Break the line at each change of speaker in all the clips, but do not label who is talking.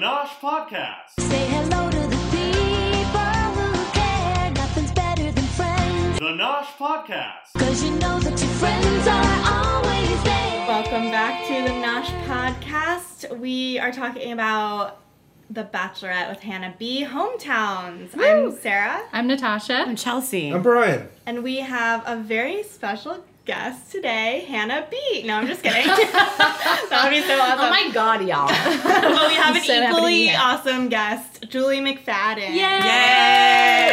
Josh podcast,
Say hello to the people who care. Nothing's better than friends.
the Nosh podcast.
Cause you know that your friends are always there.
Welcome back to the Nosh podcast. We are talking about The Bachelorette with Hannah B. Hometowns. I'm Sarah,
I'm Natasha.
I'm Chelsea.
I'm Brian.
and we have a very special guest today, Hannah B. No, I'm just kidding. that would be
Oh
so awesome.
Oh god, y'all.
but we have an
so happy to be
equally
here.
awesome guest, Julie McFadden.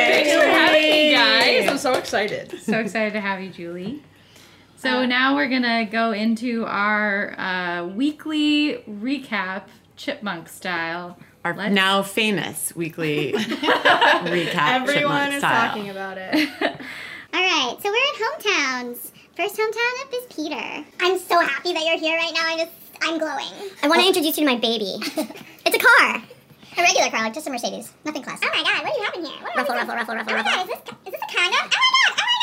Thanks for having me, guys. I'm
so excited.
so excited Uh, to have you, Julie. So now we're gonna go into our uh, weekly recap, chipmunk style.
Our
Let's-
now famous weekly recap.
Everyone
chipmunk
is
style.
talking about it.
All right, so we're at hometowns. First hometown up is Peter. I'm so happy that you're here right now. I'm just, I'm glowing. I want to introduce you to my baby. it's a car. A regular car, like just a Mercedes. Nothing classy. Oh my god, what do you have in here? Ruffle, ruffle, ruffle, ruffle, ruffle. Oh my god, is this, is this a condom?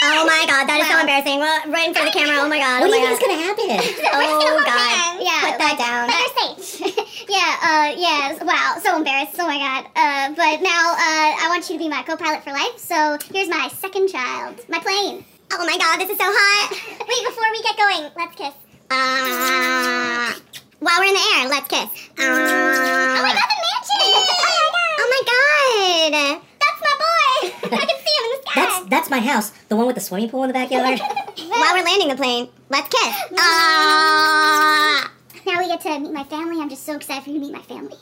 Oh my god, that is so embarrassing. Well, right in front of the camera. Oh my god. What do you think is gonna happen? oh god. Yeah, put that down. Better safe. yeah. Uh. Yes. Wow. So embarrassed. Oh my god. Uh. But now, uh, I want you to be my co-pilot for life. So here's my second child, my plane. Oh my god, this is so hot. Wait, before we get going, let's kiss. Ah. while we're in the air, let's kiss. Ah. Oh my god, the mansion. oh my god. Oh, That's my boy. I can see him in the sky.
That's that's my house, the one with the swimming pool in the backyard.
While we're landing the plane, let's kiss. Ah! Now we get to meet my family. I'm just so excited for you to meet my family.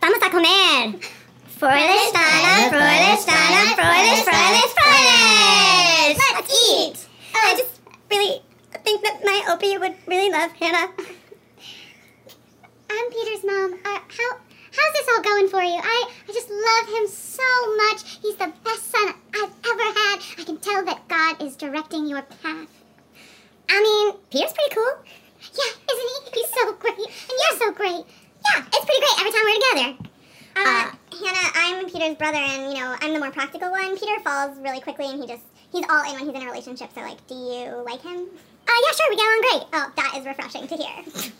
Vamos a comer. Froilish, Donna, Froilish, Donna, Froilish, Froilish, Froilish. Let's eat. Oh, I just really think that my Opie would really love Hannah. I'm Peter's mom. Uh, how how's this all going for you? I I just love him so much. He's the best son I've ever had. I can tell that God is directing your path. I mean, Peter's pretty cool. Yeah, isn't he? He's so great, and you're so great. Yeah, it's pretty great every time we're together. Uh, Hannah, I'm Peter's brother, and you know I'm the more practical one. Peter falls really quickly, and he just—he's all in when he's in a relationship. So, like, do you like him? Uh, yeah, sure, we get along great. Oh, that is refreshing to hear.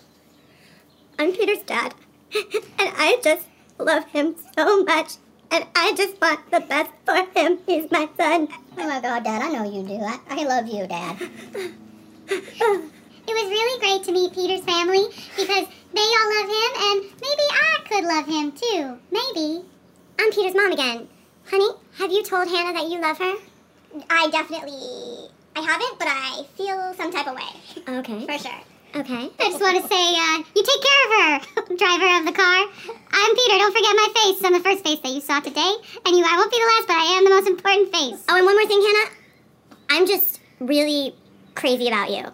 I'm Peter's dad, and I just love him so much, and I just want the best for him. He's my son. Oh my god, Dad, I know you do. I, I love you, Dad. it was really great to meet Peter's family because they all love him, and maybe I could love him too. Maybe. I'm Peter's mom again. Honey, have you told Hannah that you love her? I definitely. I haven't, but I feel some type of way.
okay.
For sure.
Okay.
I just want to say, uh, you take care of her, driver of the car. I'm Peter. Don't forget my face. I'm the first face that you saw today, and you. I won't be the last, but I am the most important face. Oh, and one more thing, Hannah. I'm just really crazy about you.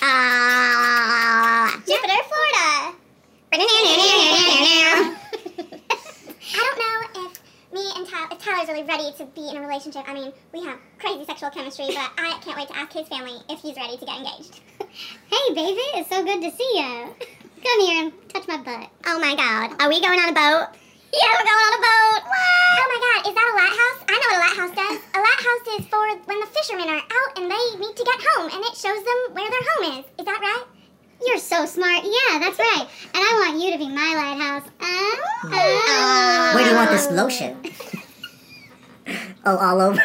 Ah, Jupiter, Florida. I don't know if me and Tyler, if Tyler's really ready to be in a relationship. I mean, we have crazy sexual chemistry, but I can't wait to ask his family if he's ready to get engaged. hey, baby, it's so good to see you. Come here and touch my butt. Oh my god, are we going on a boat? Yeah, we're going on a boat. What? Oh my god, is that a lighthouse? I know what a lighthouse does. a lighthouse is for when the fishermen are out and they need to get home, and it shows them where their home is. Is that right? You're so smart. Yeah, that's right. And I want you to be my lighthouse. Oh.
Where do you want this lotion? oh, all over.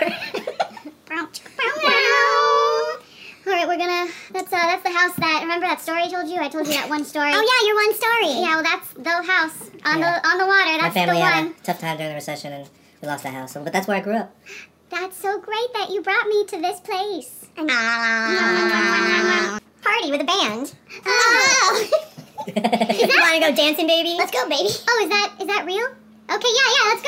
All right, we're gonna. That's uh, that's the house that. Remember that story I told you? I told you that one story. oh yeah, your one story. Yeah, well that's the house on
Yeah.
the on the water.
my
That's
family
the
had
one.
a tough time during the recession, and we lost the house. So, but that's where I grew up.
That's so great that you brought me to this place. Party with a band. Oh.
That's
you want to go dancing, baby? Let's go, baby. Oh, is that is that real? Okay, yeah, yeah, let's go.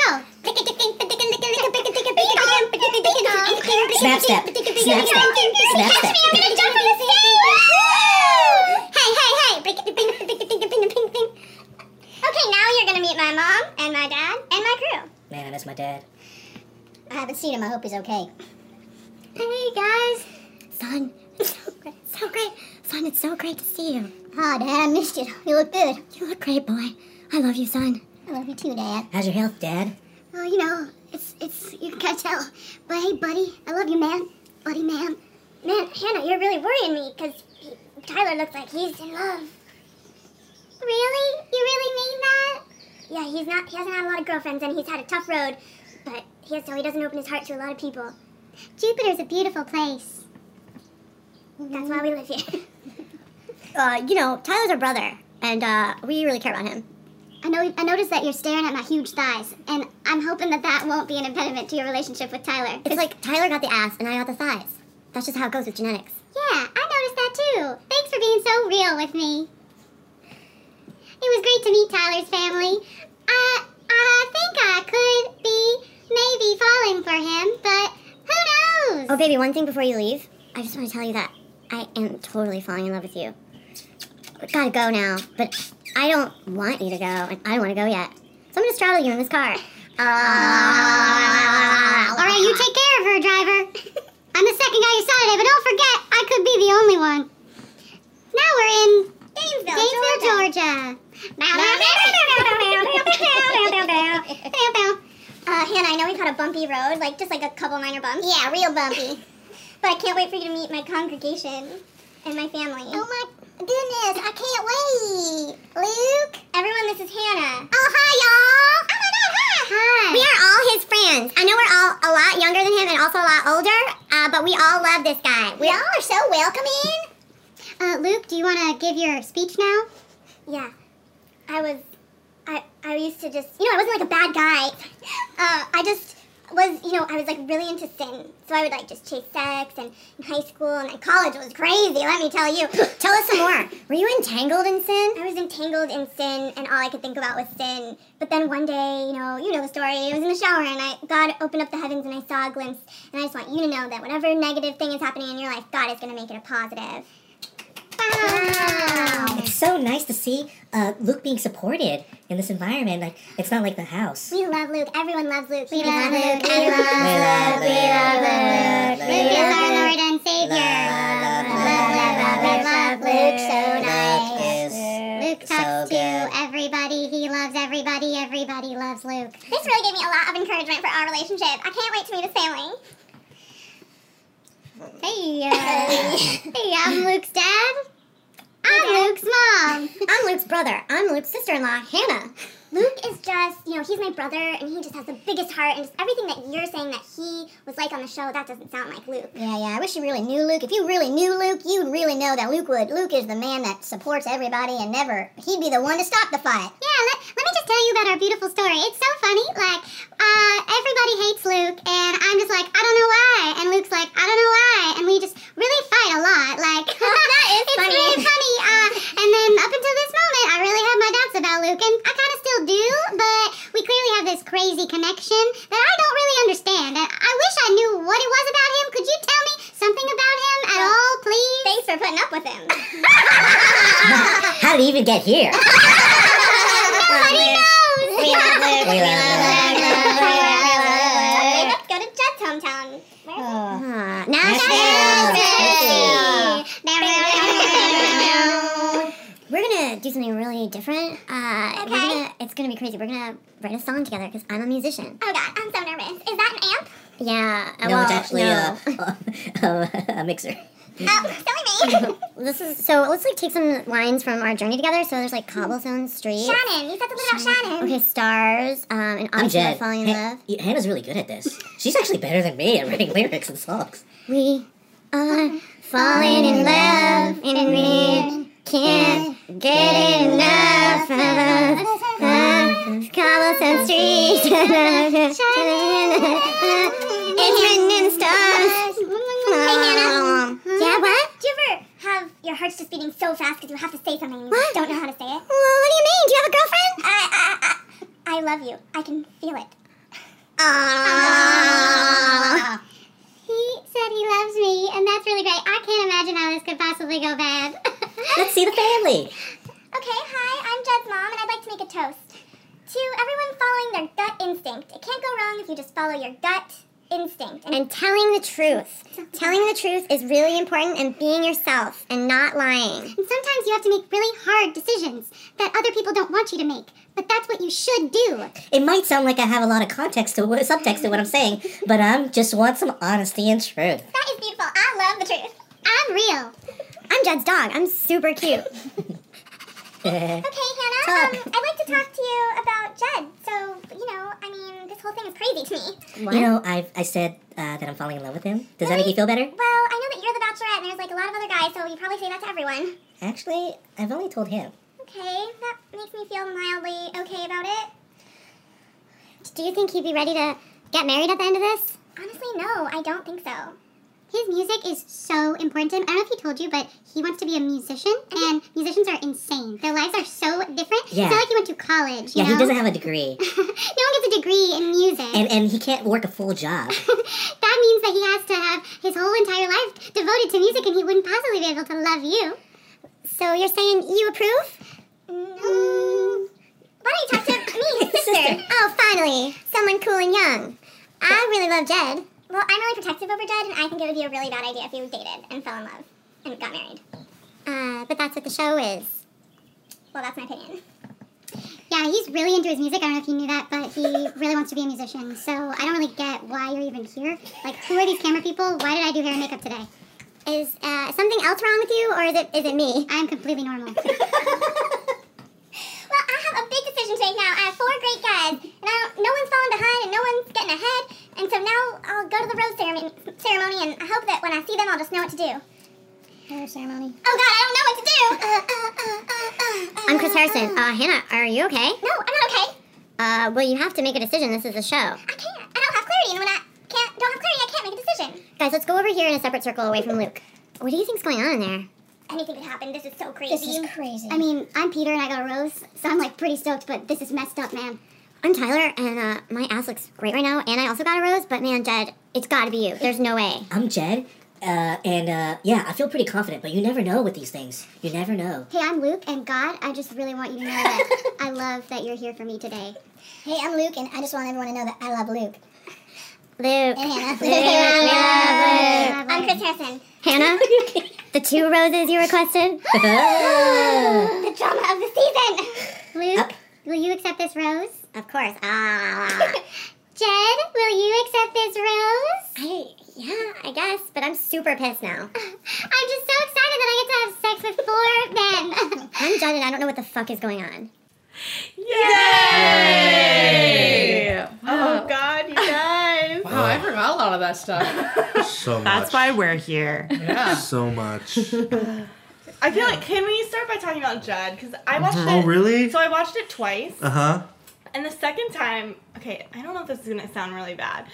Snap step. Snap step. Snap
Catch
step.
me, I'm gonna jump from the stage. hey, hey, hey! Okay, now you're gonna meet my mom and my dad and my crew.
Man, I miss my dad.
I haven't seen him. I hope he's okay. Hey guys, son, it's so great, so great, son. It's so great to see you. Ah, Dad, I missed you. You look good. You look great, boy. I love you, son. I love you too, Dad.
How's your health, Dad?
Well, you know, it's it's you can kind of tell. But hey, buddy, I love you, man. Buddy, man. Man, Hannah, you're really worrying me because Tyler looks like he's in love. Really? You really mean that? he's not. He hasn't had a lot of girlfriends, and he's had a tough road. But he has, so he doesn't open his heart to a lot of people. Jupiter's a beautiful place. That's why we live here.
Uh, you know, Tyler's our brother, and uh, we really care about him.
I know. I noticed that you're staring at my huge thighs, and I'm hoping that that won't be an impediment to your relationship with Tyler.
It's like Tyler got the ass, and I got the thighs. That's just how it goes with genetics.
Yeah, I noticed that too. Thanks for being so real with me. It was great to meet Tyler's family. I I think I could be maybe falling for him, but who knows?
Oh, baby, one thing before you leave, I just want to tell you that I am totally falling in love with you. We gotta go now, but I don't want you to go, and I don't want to go yet. So I'm gonna straddle you in this car.
All right, you take care of her, driver. I'm the second guy you saw today, but don't forget, I could be the only one. Now we're in
Gainesville,
Gainesville, Georgia.
Uh, Hannah, I know we've had a bumpy road, like just like a couple minor bumps.
yeah, real bumpy. But I can't wait for you to meet my congregation and my family.
Oh
my goodness, I can't wait. Luke? Everyone, this is Hannah. Oh, hi, y'all. Oh my god, hi. Hi.
We are all his friends. I know we're all a lot younger than him and also a lot older, uh, but we all love this guy. We all are so welcoming.
Uh, Luke, do you want to give your speech now? Yeah, I was. I I used to just, you know, I wasn't like a bad guy. Uh, I just was, you know, I was like really into sin, so I would like just chase sex, and in high school and then college was crazy. Let me tell you.
Tell us some more. Were you entangled in sin?
I was entangled in sin, and all I could think about was sin. But then one day, you know, you know the story. I was in the shower, and I God opened up the heavens, and I saw a glimpse. And I just want you to know that whatever negative thing is happening in your life, God is going to make it a positive. Wow.
It's so nice to see uh, Luke being supported in this environment. Like it's not like the house.
We love Luke. Everyone loves Luke. We,
love Luke.
We love Luke. We love Luke.
Luke.
Luke
We
is
love
our
Luke.
Lord and Savior.
Love, love,
Love, love, love, love, love Luke. So
Luke
nice.
is
Luke
so
talks to
good.
everybody. He loves everybody. Everybody loves Luke.
This really gave me a lot of encouragement for our relationship. I can't wait to meet his family.
Hey, uh, hey, I'm Luke's dad. I'm Luke's mom.
I'm Luke's brother. I'm Luke's sister-in-law, Hannah.
Luke is just, you know, he's my brother, and he just has the biggest heart, and just everything that you're saying that he was like on the show, that doesn't sound like Luke.
Yeah, yeah. I wish you really knew Luke. If you really knew Luke, you'd really know that Luke would. Luke is the man that supports everybody and never. He'd be the one to stop the fight.
Yeah, let, let me just tell you about our beautiful story. It's so funny. Like, uh, everybody hates Luke, and I'm just like, I don't know why. And Luke's like, I don't know why. And we just really fight a lot. Like, that is it's
funny.
really funny. Uh, and then up until this moment, I really had my doubts about Luke, and I kind of still do, but we clearly have this crazy connection that I don't really understand. And I wish I knew what it was about him. Could you tell me something about him at all, please?
Thanks for putting up with him. How did he even get here?
Nobody knows.
We love Luke. We love Luke.
Let's go to Jed's hometown.
Ah,
Nashville, Tennessee.
We're gonna do something really different. Uh, we're
Okay.
gonna- it's gonna be crazy. We're gonna write a song together because I'm a musician.
Oh god, I'm so nervous. Is that an amp?
Yeah. uh,
No,
well,
it's actually uh, um,
no.
A, a, a mixer.
Oh, silly me.
This is so. Let's like take some lines from our journey together. So there's like cobblestone street.
Shannon, you said something about Shannon.
Okay, stars. Um, and
I'm
obviously we're
Jed.
falling in
Han-
love.
y- Hannah's really good at this. She's actually better than me at writing lyrics and songs.
We are falling in love, and we can't get enough of us. Uh, Cobblestone streets, it's written in stars.
Hey, Hannah.
Yeah, what?
Do you ever have your heart's just beating so fast because you have to say something and you
What?
don't know how to say it?
Well, what do you mean? Do you have a girlfriend?
I, I, I, I love you. I can feel it. He said he loves me, and that's really great. I can't imagine how this could possibly go bad.
Let's see the family.
Okay, hi, I'm Jed's mom, and I'd like to make a toast. To everyone following their gut instinct. It can't go wrong if you just follow your gut instinct. And,
And telling the truth. Telling the truth is really important and being yourself and not lying.
and sometimes you have to make really hard decisions that other people don't want you to make, but that's what you should do.
It might sound like I have a lot of context to what, subtext to what I'm saying, but I am just want some honesty and truth.
That is beautiful. I love the truth. I'm real.
I'm Jed's dog. I'm super cute.
Okay, Hannah, um, I'd like to talk to you about Jed.
whole thing is crazy to me.
You know, I've I said uh, that I'm falling in love with him. Does that make you feel better?
Well, I know that you're the bachelorette and there's like a lot of other guys, so you probably say that to everyone.
Actually, I've only told him.
Okay, that makes me feel mildly okay about it.
Do you think he'd be ready to get married at the end of this?
Honestly, no, I don't think so.
His music is so important to him. I don't know if he told you, but he wants to be a musician, and musicians are insane. Their lives are so different.
Yeah.
It's not like he went to college.
Yeah,
You know?
he doesn't have a degree,
no one gets a degree in music.
and and he can't work a full job.
that means that he has to have his whole entire life devoted to music, and he wouldn't possibly be able to love you. So you're saying you approve?
No. Why don't you talk to me, his sister?
Oh, finally, someone cool and young. I really love Jed.
Well, I'm really protective over Jed, and I think it would be a really bad idea if you dated and fell in love and got married.
Uh, but that's what the show is.
Well, that's my opinion.
Yeah, he's really into his music. I don't know if you knew that, but he really wants to be a musician. So I don't really get why you're even here. Like, who are these camera people? Why did I do hair and makeup today?
Is uh, something else wrong with you, or is it is it me?
I am completely normal.
Well, I have a big decision to make now. I have four great guys, and I don't, no one's falling behind, and no one's getting ahead. And so now I'll go to the rose ceremony, ceremony, and I hope that when I see them, I'll just know what to do.
Hair ceremony.
Oh God, I don't know what to do. Uh, uh, uh, uh, uh,
I'm Chris
uh,
Harrison. Uh, Hannah, are you okay?
No, I'm not okay.
Uh, well, you have to make a decision. This is a show.
I can't. I don't have clarity, and when I can't don't have clarity, I can't make a decision.
Guys, let's go over here in a separate circle away from Luke. What do you think's going on in there?
Anything could happen. This is so crazy.
crazy. I mean, I'm Peter and I got a rose, so I'm like pretty stoked, but this is messed up, man. I'm Tyler, and uh, my ass looks great right now, and I also got a rose, but man, Jed, it's gotta be you. There's no way.
I'm Jed, uh, and uh, yeah, I feel pretty confident, but you never know with these things. You never know.
Hey, I'm Luke, and God, I just really want you to know that I love that you're here for me today. Hey, I'm Luke, and I just want everyone to know that I love Luke. Luke. And Hannah. Luke. I love Luke.
Uh, I'm Chris Harrison.
Hannah, the two roses you requested.
The drama of the season.
Luke, will you accept this rose?
Of course.
Ah. Jed, will you accept this rose? I, yeah, I guess, but I'm super pissed now. I'm just so excited that I get to have sex with four men. I'm Jed, and I don't know what the fuck is going on.
Yay! Wow.
Oh God, you guys!
Wow, I
forgot a lot of that stuff.
So much.
That's why we're here.
Yeah.
So much.
I feel like can we start by talking about Jed? Because I watched
oh,
it.
really?
So I watched it twice,
Uh huh.
and the second time, okay, I don't know if this is gonna sound really bad,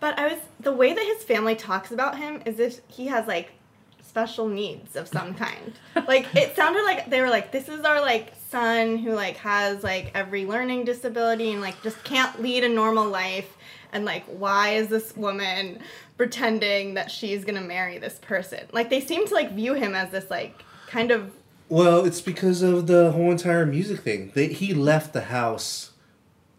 but I was the way that his family talks about him is if he has like special needs of some kind. like it sounded like they were like, "This is our like son who like has like every learning disability and like just can't lead a normal life." And like, why is this woman pretending that she's gonna marry this person? Like, they seem to like view him as this like kind of
Well, it's because of the whole entire music thing. They, he left the house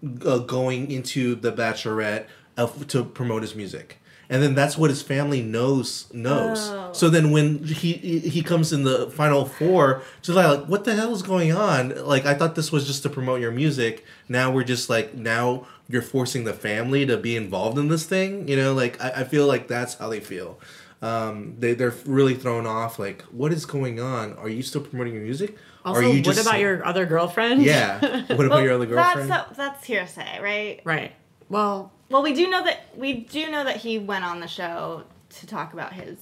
uh, going into the Bachelorette of, to promote his music. And then that's what his family knows knows.
Oh.
So then when he he comes in the final four, just like, like what the hell is going on? Like I thought this was just to promote your music. Now we're just like now you're forcing the family to be involved in this thing. You know, like I, I feel like that's how they feel. Um, they they're really thrown off. Like what is going on? Are you still promoting your music?
Also,
Are you
what about your other girlfriend?
yeah? What about your other girlfriend?
That's that's hearsay, right?
Right. Well,
Well, we do know that we do know that he went on the show to talk about his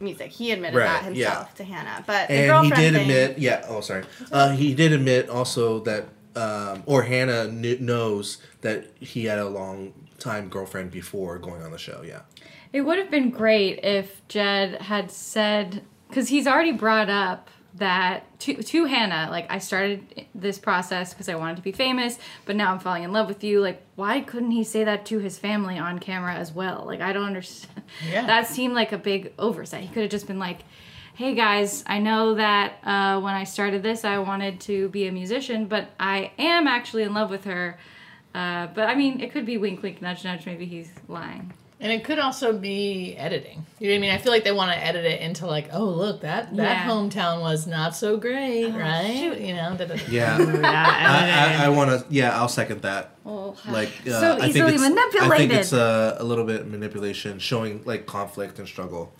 music. He admitted
Right,
that himself
yeah.
to Hannah, but Uh, the
and he
girlfriend
did
thing,
admit yeah oh sorry uh, he did admit also that um, or hannah kn- knows that he had a long time girlfriend before going on the show yeah
It would have been great if Jed had said, because he's already brought up that to, to Hannah, like, I started this process because I wanted to be famous, but now I'm falling in love with you. Like, why couldn't he say that to his family on camera as well? Like, I don't understand.
Yeah.
That seemed like a big oversight. He could have just been like, hey guys, I know that uh, when I started this, I wanted to be a musician, but I am actually in love with her. Uh, but I mean, it could be wink, wink, nudge, nudge. Maybe he's lying.
And it could also be editing. You know what I mean? I feel like they want to edit it into like, oh look, that that
Yeah.
hometown was not so great,
Oh,
right? You know, da, da, da.
yeah
yeah.
i, I, I want to yeah i'll second that
Oh,
like uh,
So
I think
easily
it's, i think
manipulated.
it's uh, a little bit manipulation showing like conflict and struggle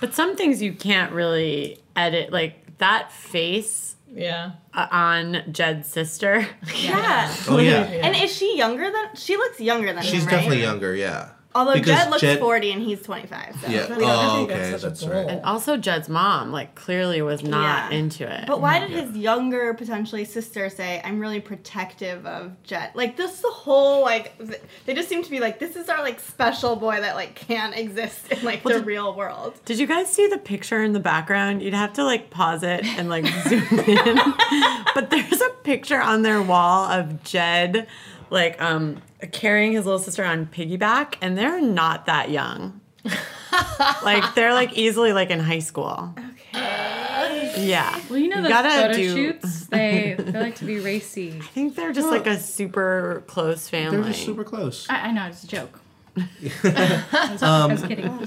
but some things you can't really edit. Like that face
Yeah.
uh, on Jed's sister.
Yeah.
Oh, yeah.
And is she younger than? She looks younger than
She's
him, right?
definitely younger, yeah.
Although
Because
Jed looks
Jed-
40 and he's 25. So
Yeah.
we don't know.
Oh, okay, that's right.
And also Jed's mom, like clearly was not
Yeah.
into it.
But why did his younger, potentially sister say, I'm really protective of Jet? Like, this the whole, like, th- they just seem to be like, this is our, like, special boy that, like, can't exist in, like, the real world.
Did you guys see the picture in the background? You'd have to like pause it and like zoom in. but there's a picture on their wall of Jed like um carrying his little sister on piggyback and they're not that young. like they're like easily like in high school. Okay. Yeah.
Well, you know those
Gotta
photo
do-
shoots. They they like to be racy.
I think they're just like a super close family.
They're just super close.
I, I know it's a joke. I, was, I was
Um,
kidding.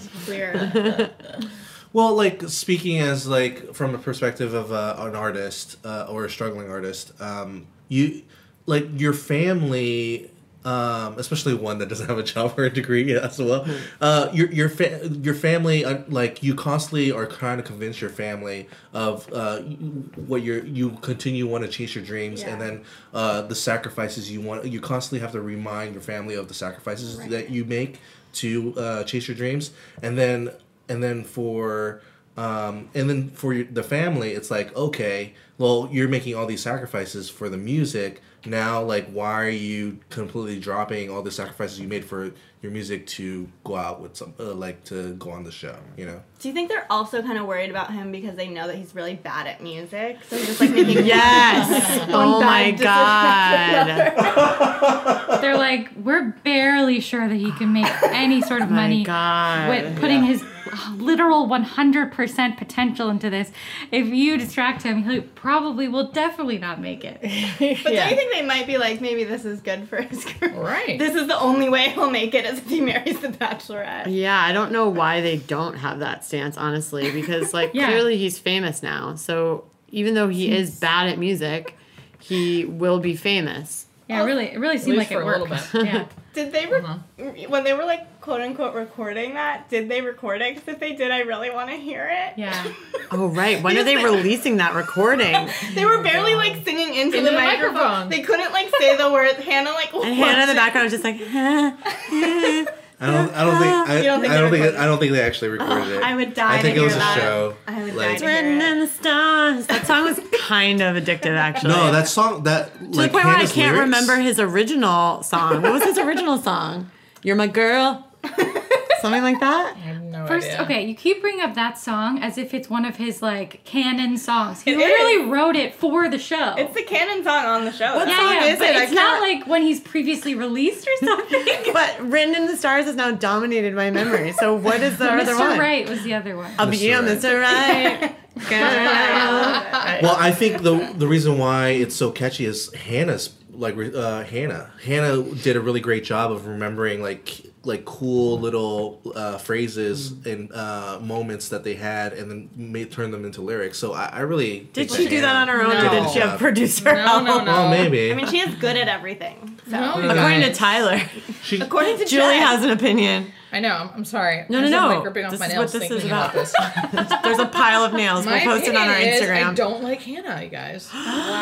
well, like speaking as like from a perspective of uh, an artist uh, or a struggling artist, um, you like your family, um, especially one that doesn't have a job or a degree as well. Uh, your your fa- your family, uh, like you constantly are trying to convince your family of uh, what you're you continue want to chase your dreams and
Yeah.
then uh, the sacrifices you want. You constantly have to remind your family of the sacrifices that you make to uh, chase your dreams, and then and then for um, and then for your, the family, it's like okay, well you're making all these sacrifices for the music. Now, like, why are you completely dropping all the sacrifices you made for your music to go out with some, uh, like, to go on the show? You know,
Do you think they're also kind of worried about him because they know that he's really bad at music? So he's just, like, making.
Yes. oh my god.
They're like, we're barely sure that he can make any sort of
My
money
god.
with putting his literal 100% potential into this. If you distract him, he probably will definitely not make it.
But do you think they might be like, maybe this is good for his career?
Right.
This is the only way he'll make it is if he marries the bachelorette.
Yeah, I don't know why they don't have that stance, honestly, because like
Yeah.
clearly he's famous now. So even though he is bad at music, he will be famous.
Yeah, it really, it really seemed
least
like it
for a little Uh-huh.
worked. Yeah.
Did they, re- when they were like quote unquote recording that, did they record it? Because if they did, I really want to hear it.
Yeah.
Oh right, when are they releasing that recording? And
They were barely like singing into, the,
the
microphone.
microphone.
They couldn't like say the word. Hannah like and
Hannah in the background was just like, "Huh, huh."
I don't, I don't think, I,
You don't think
I
they
don't think,
recorded
I don't think they actually recorded it.
I would die
I think
to
it was
hear
a
that.
show.
I would
like-
die to hear
written
it.
in the stars. That song was kind of addictive, actually.
No, that song that
to
like
the point where I
Hannah's
can't
lyrics-
remember his original song. What was his original song? You're my girl, something like that.
I have no
First,
idea.
okay, you keep bringing up that song as if it's one of his like canon songs. He literally wrote it for the show.
It's the canon song on the show. What
Oh, yeah, yeah, but it's
I
not
can't-
like when he's previously released or something.
But written in the stars has now dominated my memory. So what is the other
Mr.
one?
Right was the other one.
I'll be
Mr.
you,
Right.
Mr. Right. Girl.
Well, I think the the reason why it's so catchy is Hannah's like re- uh, Hannah. Hannah did a really great job of remembering like like cool little uh, phrases
Mm.
and uh, moments that they had, and then made turn them into lyrics. So I, I really
Did she do that on her own, or
No.
did she have producer
No,
help?
no, no.
Well, maybe.
I mean, she is good at everything. So.
No, you
According to
guys.
Tyler,
she,
According to
Julie
Jen.
has an opinion.
I know. I'm, I'm sorry.
No, no,
As I'm,
no.
Like ripping off
This
my
is
nails
what this
thinking
is
about
about.
this.
There's a pile of nails.
my
we'll post it on our
opinion is I
Instagram.
don't like Hannah, you guys.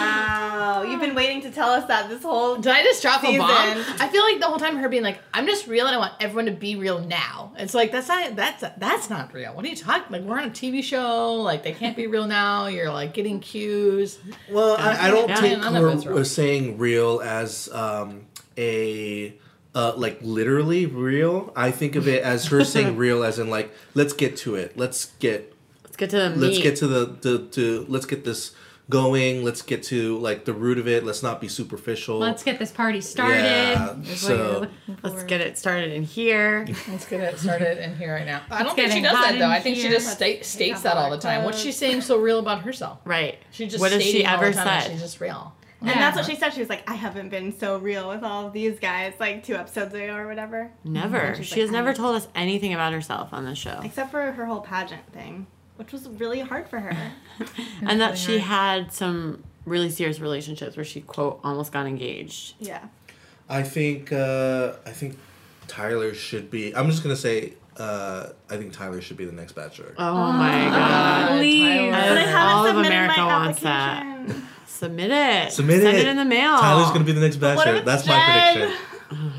Wow, you've been waiting to tell us that this whole.
Did I just drop a bomb?
Season.
I feel like the whole time her being like, "I'm just real and I want everyone to be real now." It's like that's not that's that's not real. What are you talking? Like we're on a TV show. Like they can't be real now. You're like getting cues.
Well, I, I don't
Yeah.
take
Yeah, none of us
her
were.
saying real as um, a uh, like literally real. I think of it as her saying real as in like let's get to it. Let's get
let's get to the meat.
let's get to the to, to let's get this going. Let's get to like the root of it. Let's not be superficial.
Let's get this party started.
Yeah,
is what
so-
you're looking
Let's
for.
get it started in here.
Let's get it started in here right now. I don't
It's
think she
getting
does
hot
that though.
in
I think she
here.
just
Let's
sta- states that all the time. What's she saying so real about herself?
Right.
She just
what has she
stating all the
ever
time that
said?
She's just real.
And that's what she said. She was like, I haven't been so real with all of these guys, like two episodes ago or whatever.
Never. She has never told us anything about herself on this show.
Except for her whole pageant thing, which was really hard for her.
and that she had some really serious relationships where she quote almost got engaged.
yeah.
I think uh, I think Tyler should be. I'm just gonna say uh, I think Tyler should be the next Bachelor.
Oh my god.
Please.
I-
But I haven't
All of
submitted
America
my
wants
application.
that. Submit it.
Submit
Send
it.
it in the mail.
Tyler's gonna be the next
what if
Bachelor.
it's
That's
Jen?
my prediction.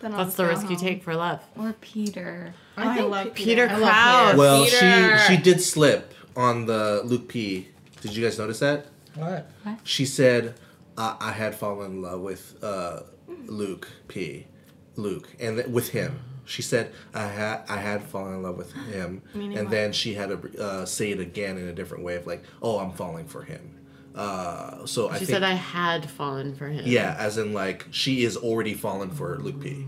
That's the risk you take for love.
Or Peter.
I, love
Peter
I love
Krause.
Oh,
Well,
Peter.
she she did slip on the Luke P. Did you guys notice that?
What?
She said, "Uh, I, "I had fallen in love with uh, Luke P. Luke, and th- with him." She said, "I had I had fallen in love with him,"
Meaning
and
what?
then she had to uh, say it again in a different way of like, "Oh, I'm falling for him." Uh, so I
She
think,
said I had fallen for him.
yeah, as in like she is already fallen for Luke P.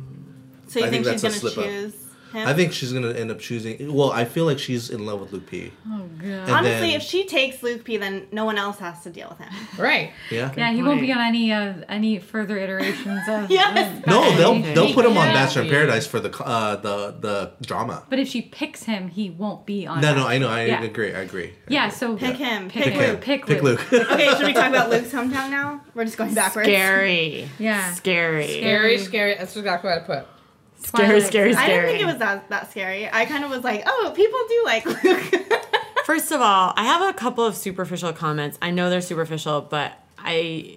So you
I
think,
think that's
she's
a
gonna
slip up.
choose him?
I think she's gonna end up choosing. Well, I feel like she's in love with Luke P.
Oh god.
And
Honestly,
then-
if she takes Luke P, then no one else has to deal with him.
Right.
Yeah.
yeah, he won't be on any uh, any further iterations of.
Yes.
No, they'll they'll put him on
Yeah.
Bachelor in Paradise for the co- uh, the the drama.
But if she picks him, he won't be on.
No,
that.
no, I know, I
Yeah.
agree, I agree.
Yeah, so
Pick him.
Pick,
Pick
Luke.
him.
Pick,
Pick
Luke.
Luke.
Okay, should we talk about Luke's hometown now? We're just going backwards.
Scary.
Yeah.
Scary.
Scary, scary. That's exactly what I put.
Scary, scary,
I
scary.
didn't think it was that, that scary. I kind of was like, oh, people do like Luke.
First of all, I have a couple of superficial comments. I know they're superficial, but I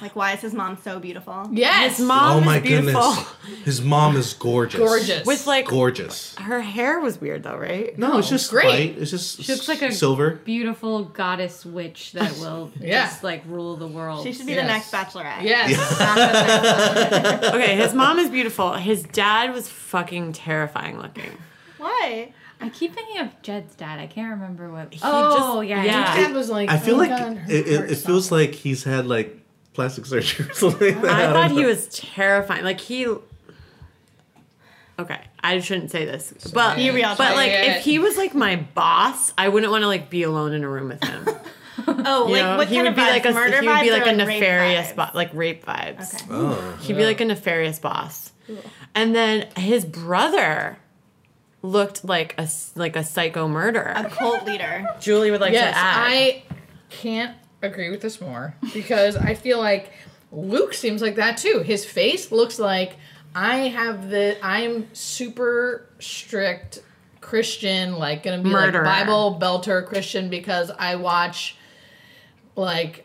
like, why is his mom so beautiful?
Yes.
his mom
oh my
is beautiful.
goodness, his mom is gorgeous.
Gorgeous.
With like
gorgeous.
her hair was weird though, right?
No, it's just
great.
white. It's just
She looks like a
silver.
beautiful goddess witch that will
Yeah.
just like rule the world.
She should be
Yes.
the next bachelorette.
Yes.
Okay, his mom is beautiful. His dad was fucking terrifying looking.
Why?
I keep thinking of Jed's dad. I can't remember what.
just-
oh yeah,
yeah.
Dad was like,
I feel
oh
like
God, her
it, it,
heart
it feels
stopped.
like he's had like plastic surgery or something. Like that.
I
don't
thought he
know.
was terrifying. Like he. Okay, I shouldn't say this, but
You real
but like
shit.
if he was like my boss, I wouldn't want to like be alone in a room with him.
Oh,
You
like
know?
what
he
kind
would
of
be
vibes?
like a
Murder
he would be
vibes or,
like a
rape
nefarious
vibes?
boss, like rape vibes.
Okay.
Oh.
He'd be like a nefarious boss. And then his brother looked like a s- like a psycho
A
murderer.
cult leader.
Julie would like
Yes,
to add.
I can't agree with this more because I feel like Luke seems like that too. His face looks like I have the I'm super strict Christian, like gonna be
Murderer.
like Bible belter Christian because I watch like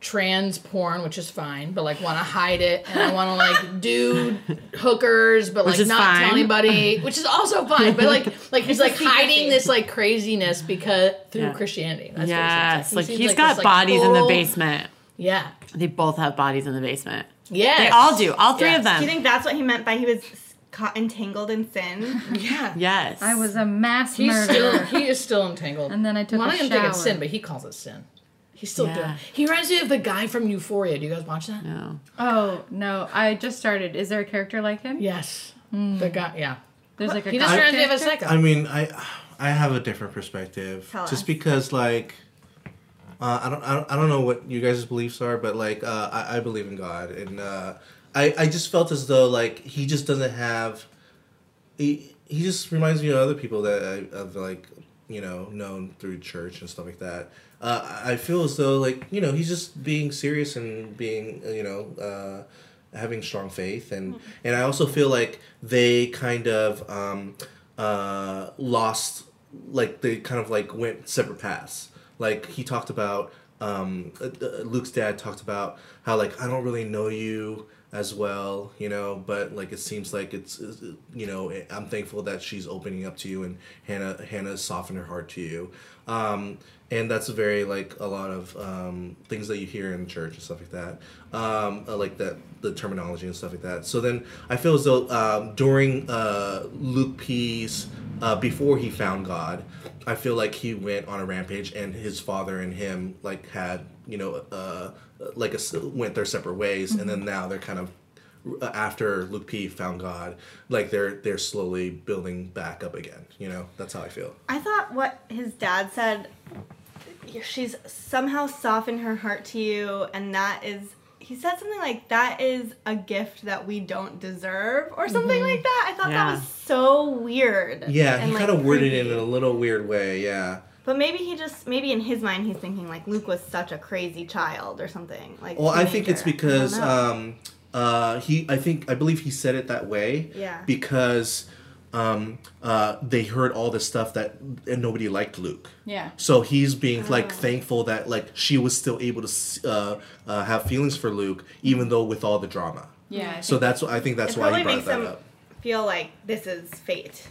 trans porn, which is fine, but like want to hide it and I want to like do hookers, but
Which
like
is
not
fine.
tell anybody, which is also fine. But like, like he's like hiding this like craziness because through
Yeah.
Christianity. That's what it seems
yes,
He
like
seems
he's
this,
got
like,
bodies in the
full-
basement.
Yeah,
They both have bodies in the basement.
yeah,
They all do. All three
Yeah.
of
Do
them.
you think that's what he meant by he was caught entangled in sin?
Yeah,
yes.
I was a mass
he's still
murderer.
he is still entangled.
And then I took
Well,
a
I don't think it's
shower.
sin, but he calls it sin. He's still
Yeah.
doing. He reminds me of the guy from Euphoria. Do you guys watch that?
No.
oh no, I just started. Is there a character like him? Hmm.
Yes, the guy. Yeah,
There's like a.
he just
god
reminds me of a
character?
psycho.
I mean, I I have a different perspective.
Tell
just
us.
because like uh, I don't I don't- I don't know what you guys' beliefs are, but like uh, I I believe in God, and uh, I I just felt as though like he just doesn't have he he just reminds me of other people that I, I've like you know known through church and stuff like that. Uh, I I feel as though like you know he's just being serious and being uh, you know uh, having strong faith and
Mm-hmm.
and I also feel like they kind of um, uh, lost like they kind of like went separate paths. Like he talked about um, uh, uh, Luke's dad talked about how like I don't really know you as well, you know, but like it seems like it's it's, you know I'm thankful that she's opening up to you and Hannah Hannah softened her heart to you, um, and that's very like a lot of um, things that you hear in church and stuff like that, um, uh, like that the terminology and stuff like that. So then I feel as though um, during uh, Luke P's uh, before he found God, I feel like he went on a rampage, and his father and him like had you know uh, like a, s- went their separate ways, and then now they're kind of uh, after Luke P found God, like they're they're slowly building back up again. You know, that's how I feel.
I thought what his dad said, she's somehow softened her heart to you, and that is, he said something like, that is a gift that we don't deserve, or something like that. I thought
Yeah.
that was so weird.
Mm-hmm. Yeah,
and,
he
like,
kind of worded it
creepy.
in a little weird way. Yeah,
But maybe he just, maybe in his mind, he's thinking, like, Luke was such a crazy child, or something. Like,
Well, I think
teenager.
it's
I don't
because
know.
um, uh, he. I think I believe he said it that way.
Yeah.
Because um, uh, they heard all this stuff that and nobody liked Luke.
Yeah.
So he's being
Oh.
like thankful that like she was still able to s- uh, uh, have feelings for Luke, even though with all the drama.
Yeah.
So that's I think that's
it
why he
probably
brought
makes
that
them
up.
feel like this is fate.
Yeah.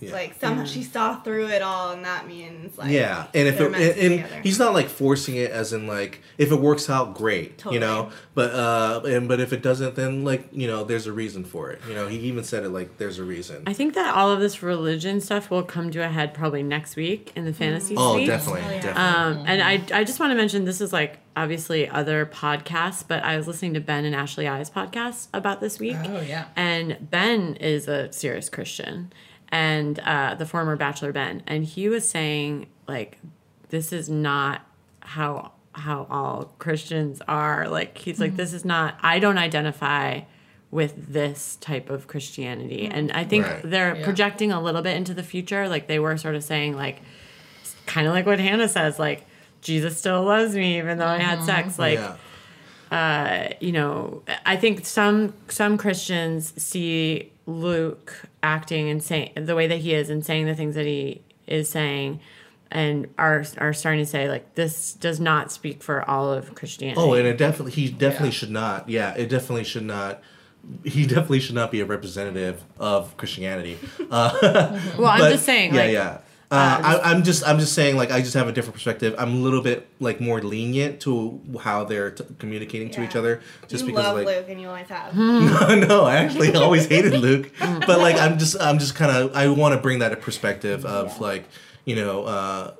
Mm.
Like somehow she saw through it all, and that means like
yeah, and if
they're
it,
meant to be
and,
together.
and he's not like forcing it, as in like if it works out, great,
Totally.
you know. But uh, and but if it doesn't, then like you know, there's a reason for it. You know, he even said it like there's a reason.
I think that all of this religion stuff will come to a head probably next week in the fantasy
Oh,
suite.
definitely, definitely.
Um, and I, I just want to mention this is like obviously other podcasts, but I was listening to Ben and Ashley I's podcast about this week.
Oh, yeah.
And Ben is a serious Christian and uh, the former Bachelor Ben. And he was saying, like, this is not how how all Christians are. Like he's like, this is not I don't identify with this type of Christianity. And I think
Right.
they're
Yeah.
projecting a little bit into the future. Like they were sort of saying like kind of like what Hannah says, like Jesus still loves me even though I had sex. Like uh,
yeah.
you know, I think some some Christians see Luke acting and saying the way that he is and saying the things that he is saying, and are are starting to say like this does not speak for all of Christianity.
Oh, and it definitely he definitely should not. Yeah, it definitely should not. He definitely should not be a representative of Christianity. Uh,
well, I'm
but-
just saying,
Yeah,
like,
yeah. Uh, I, I'm just, I'm just saying, like, I just have a different perspective. I'm a little bit like more lenient to how they're t- communicating to each
Yeah.
other, just
you
because,
love
like,
Luke, and you always have.
Hmm.
no,
Mm.
no, I actually always hated Luke, but like I'm just I'm just kind of I want to bring that a perspective of like you know uh,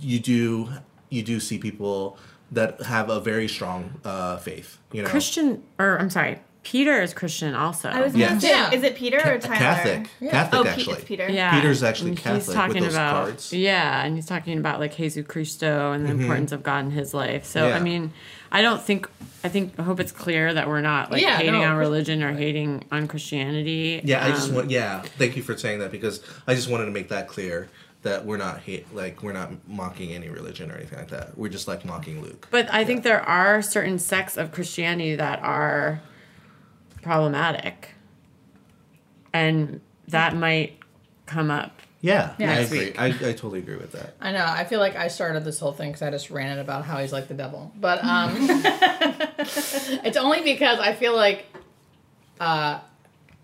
you do you do see people that have a very strong uh, faith you know
Christian, or I'm sorry, Peter is Christian also.
I was
Yeah.
gonna say,
Yeah.
is it Peter or
A
Tyler?
Catholic Catholic
Oh, Pete,
actually
it's Peter.
yeah,
Peter's actually
and
Catholic with those
about,
cards. Mm-hmm.
Yeah, and he's talking about like Jesus Cristo and the importance of God in his life. So
Yeah.
I mean, I don't think I think I hope it's clear that we're not like
Yeah,
hating
no,
on
Chris-
religion or hating on Christianity.
yeah I just
Um,
want yeah thank you for saying that because I just wanted to make that clear that we're not hate like we're not mocking any religion or anything like that we're just like mocking Luke
But I think there are certain sects of Christianity that are problematic, and that might come up.
yeah, yeah I
Next
agree
week.
I, I totally agree with that
I know. I feel like I started this whole thing because I just ranted about how he's like the devil. But um, it's only because I feel like uh,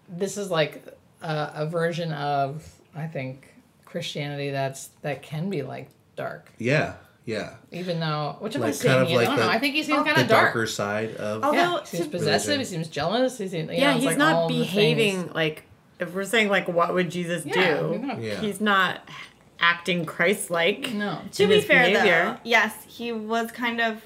this is like a, a version of I think Christianity that's that can be like dark.
yeah yeah.
Even though, which am I
Like,
saying?
kind of
he is?
like
I don't know.
the-
I think he
Oh.
seems kind
the
of dark.
darker side of
Yeah,
Although,
he seems
to-
possessive.
Religion.
He seems jealous. He seems, you know,
Yeah,
it's
he's
like all
not
the things.
behaving like if we're saying like what would Jesus
Yeah,
do?
he's not-
Yeah.
He's not acting Christ-like.
No.
To
in
be
his
fair,
behavior.
though, yes, he was kind of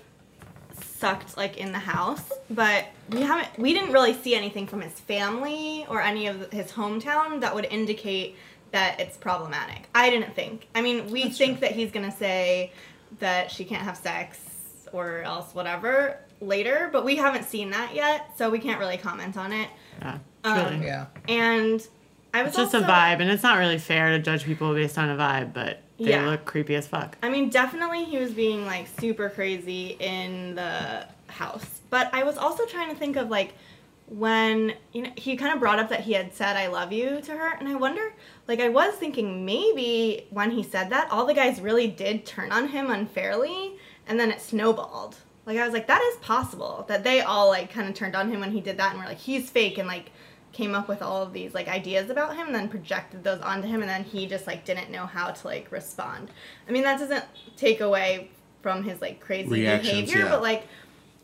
sucked like in the house, but we haven't we didn't really see anything from his family or any of his hometown that would indicate that it's problematic. I didn't think. I mean, we think that he's gonna say that she can't have sex or else whatever later, but we haven't seen that yet, so we can't really comment on it.
Yeah, it's
Um,
really-
Yeah.
And I was
it's just
also-
a vibe, and it's not really fair to judge people based on a vibe, but they
Yeah.
look creepy as fuck.
I mean, definitely he was being like super crazy in the house. But I was also trying to think of like when you know he kind of brought up that he had said I love you to her and I wonder like I was thinking maybe when he said that all the guys really did turn on him unfairly and then it snowballed. Like I was like that is possible that they all like kind of turned on him when he did that and were like he's fake and like came up with all of these like ideas about him and then projected those onto him and then he just like didn't know how to like respond i mean that doesn't take away from his like crazy
Reactions,
behavior
yeah.
but like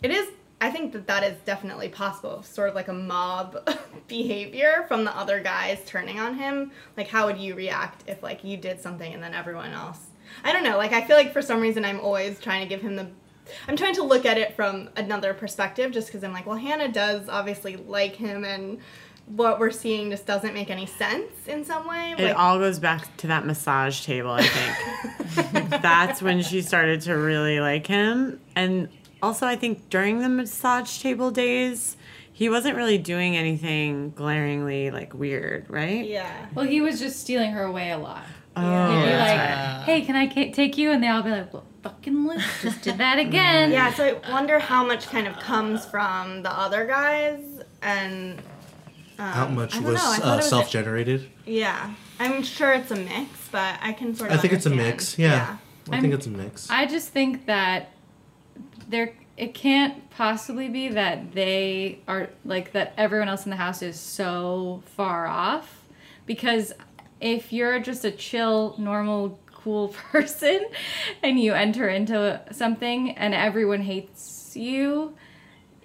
it is i think that that is definitely possible sort of like a mob behavior from the other guys turning on him like how would you react if like you did something and then everyone else i don't know like i feel like for some reason i'm always trying to give him the I'm trying to look at it from another perspective just because I'm like, well, Hannah does obviously like him, and what we're seeing just doesn't make any sense in some way.
It
like,
all goes back to that massage table, I think. That's when she started to really like him. And also, I think during the massage table days, he wasn't really doing anything glaringly like weird, right?
yeah.
Well, he was just stealing her away a lot.
Oh,
He'd be
that's
like,
right.
Uh.
"Hey, can I ca- take you?" And they all be like, "Well, fucking Luke just did that again."
Yeah, so I wonder how much kind of comes from the other guys and Um,
How much
I don't
was,
know. I thought it
uh,
was a-
self generated?
Yeah, I'm sure it's a mix, but I can sort
I
of.
think it's a
understand.
mix. Yeah. I
I'm-
think it's a mix.
I just think that there it can't possibly be that they are like that everyone else in the house is so far off because if you're just a chill, normal, cool person and you enter into something and everyone hates you,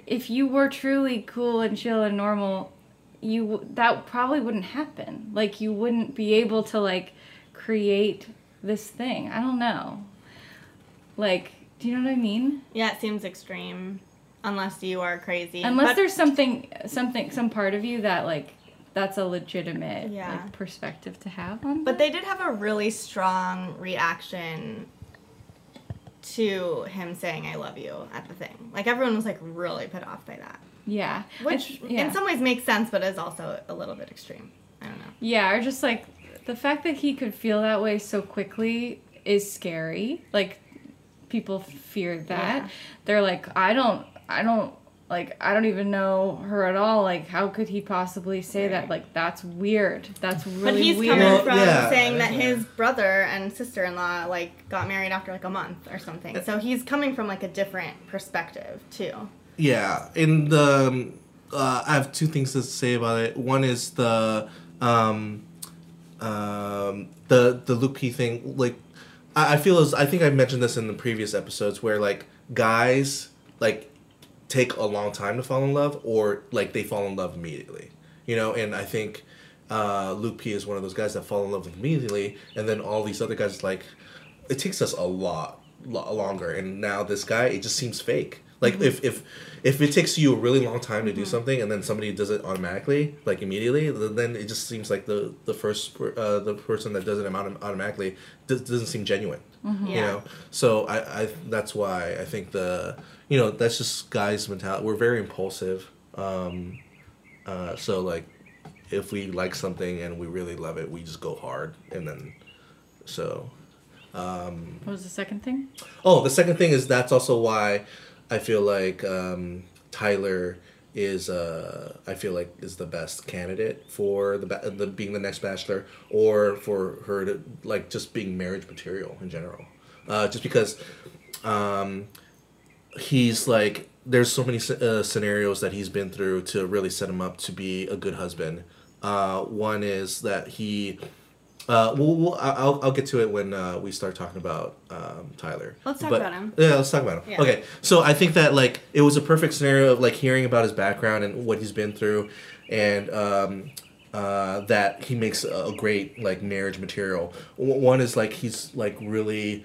if you were truly cool and chill and normal, you w- that probably wouldn't happen. Like you wouldn't be able to like create this thing. I don't know. Like, do you know what I mean?
Yeah, it seems extreme, unless you are crazy.
Unless
But-
there's something, something, some part of you that like that's a legitimate
Yeah.
like perspective to have on.
But they did have a really strong reaction to him saying "I love you" at the thing. Like everyone was like really put off by that,
yeah,
which
It's- yeah.
in some ways makes sense, but is also a little bit extreme. I don't know.
Yeah, or just like the fact that he could feel that way so quickly is scary. Like people fear that. They're like, I don't I don't like I don't even know her at all. Like how could he possibly say that? Like that's weird. That's really
But he's
weird.
coming
Well,
from
yeah,
saying that
that is
his brother and sister in law like got married after like a month or something. So he's coming from like a different perspective too.
Yeah, and um, uh, I have two things to say about it. One is the um, um, the the Luke Key thing. Like, I, I feel as I think I mentioned this in the previous episodes where like guys like take a long time to fall in love, or like they fall in love immediately. You know, and I think uh, Luke P is one of those guys that fall in love immediately, and then all these other guys like it takes us a lot lo- longer and now this guy it just seems fake like if if if it takes you a really long time to do something and then somebody does it automatically like immediately th- then it just seems like the the first per- uh, the person that does it autom- automatically does, doesn't seem genuine you
Yeah.
know so I, I that's why i think the you know that's just guys mentality we're very impulsive um uh so like if we like something and we really love it we just go hard and then so um,
What was the second thing?
Oh, the second thing is that's also why I feel like um, Tyler is uh, I feel like is the best candidate for the, ba- the being the next bachelor or for her to like just being marriage material in general. Uh, just because um, he's like there's so many sce- uh, scenarios that he's been through to really set him up to be a good husband. Uh, one is that he uh, we'll, we'll, I- I'll, I'll get to it when uh, we start talking about um, Tyler.
Let's talk about him.
Yeah, let's talk about him.
Yeah.
Okay, so I think that like it was a perfect scenario of like hearing about his background and what he's been through, and um, uh, that he makes a, a great like marriage material. W- one is like he's like really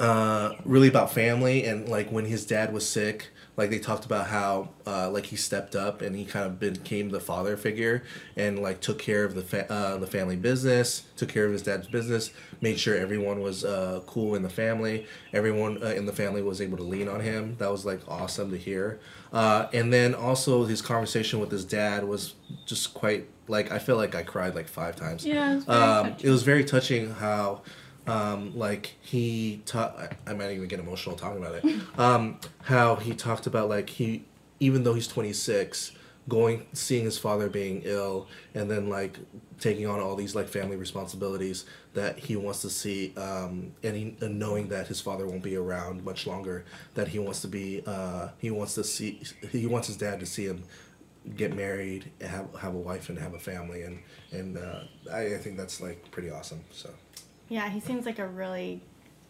uh, really about family and like when his dad was sick like they talked about how uh, like he stepped up and he kind of became the father figure and like took care of the fa- uh, the family business took care of his dad's business made sure everyone was uh, cool in the family everyone uh, in the family was able to lean on him that was like awesome to hear uh, and then also his conversation with his dad was just quite like i feel like i cried like five times
Yeah, it was very
um, it was very touching how um, like he taught i might even get emotional talking about it um, how he talked about like he even though he's 26 going seeing his father being ill and then like taking on all these like family responsibilities that he wants to see um, and, he, and knowing that his father won't be around much longer that he wants to be uh, he wants to see he wants his dad to see him get married, have have a wife, and have a family, and and uh, I, I think that's like pretty awesome. So
Yeah, he seems like a really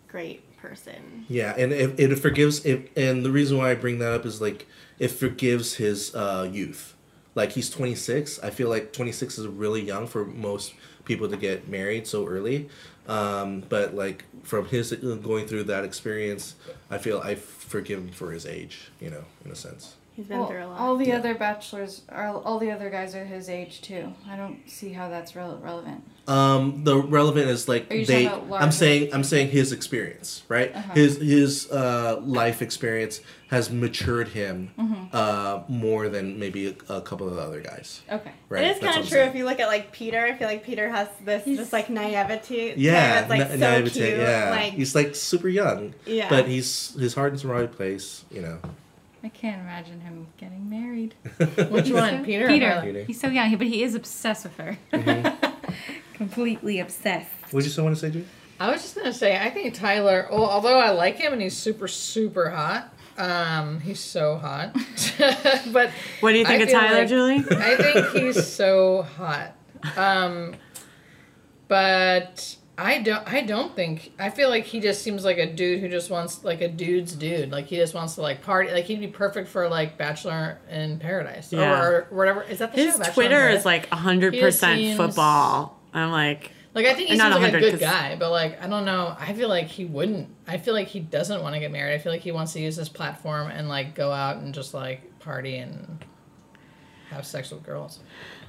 great person.
yeah, and it, it forgives it, and the reason why I bring that up is like it forgives his uh, youth. Like he's 26. I feel like 26 is really young for most people to get married so early. Um, but like from his going through that experience, I feel I forgive him for his age. You know, in a sense.
He's been
Well,
through a lot.
All the other bachelors, are, all the other guys are his age too. I don't see how that's rele- relevant.
Um, the relevant is like
Are you
they.
talking about Uh-huh.
I'm
larger-
saying I'm saying his experience, right? His his uh, life experience has matured him
Mm-hmm.
uh, more than maybe a, a couple of the other guys,
Okay.
right?
it is
That's what
kind of
I'm
true
saying.
if you look at like Peter. I feel like Peter has this just like naivety. to
yeah,
him that's like
na-
so
naivete,
cute.
yeah.
Like
he's like super young,
Yeah.
but he's his heart's in the right place, you know.
I can't imagine him getting married.
Which one, Peter? or
Peter.
Harley?
Peter.
He's so young, but he is obsessed with her.
Mm-hmm.
Completely obsessed.
What did you still want to say, Jude?
I was just gonna say, I think Tyler. Well, although I like him and he's super, super hot. Um, he's so hot. but
What do you think
I
of
feel
Tyler,
like-
Julie?
I think he's so hot. Um, but I don't. I don't think. I feel like he just seems like a dude who just wants like a dude's dude. Like he just wants to like party. Like he'd be perfect for like Bachelor in Paradise
Yeah.
or, or whatever. Is that the
His
show? Bachelor in
Twitter
Paradise?
is like 100%
seems-
football. I'm like,
Like I think he
Not
seems like a
100,
good
'cause-
guy, but like I don't know. I feel like he wouldn't. I feel like he doesn't want to get married. I feel like he wants to use this platform and like go out and just like party and have sex with girls.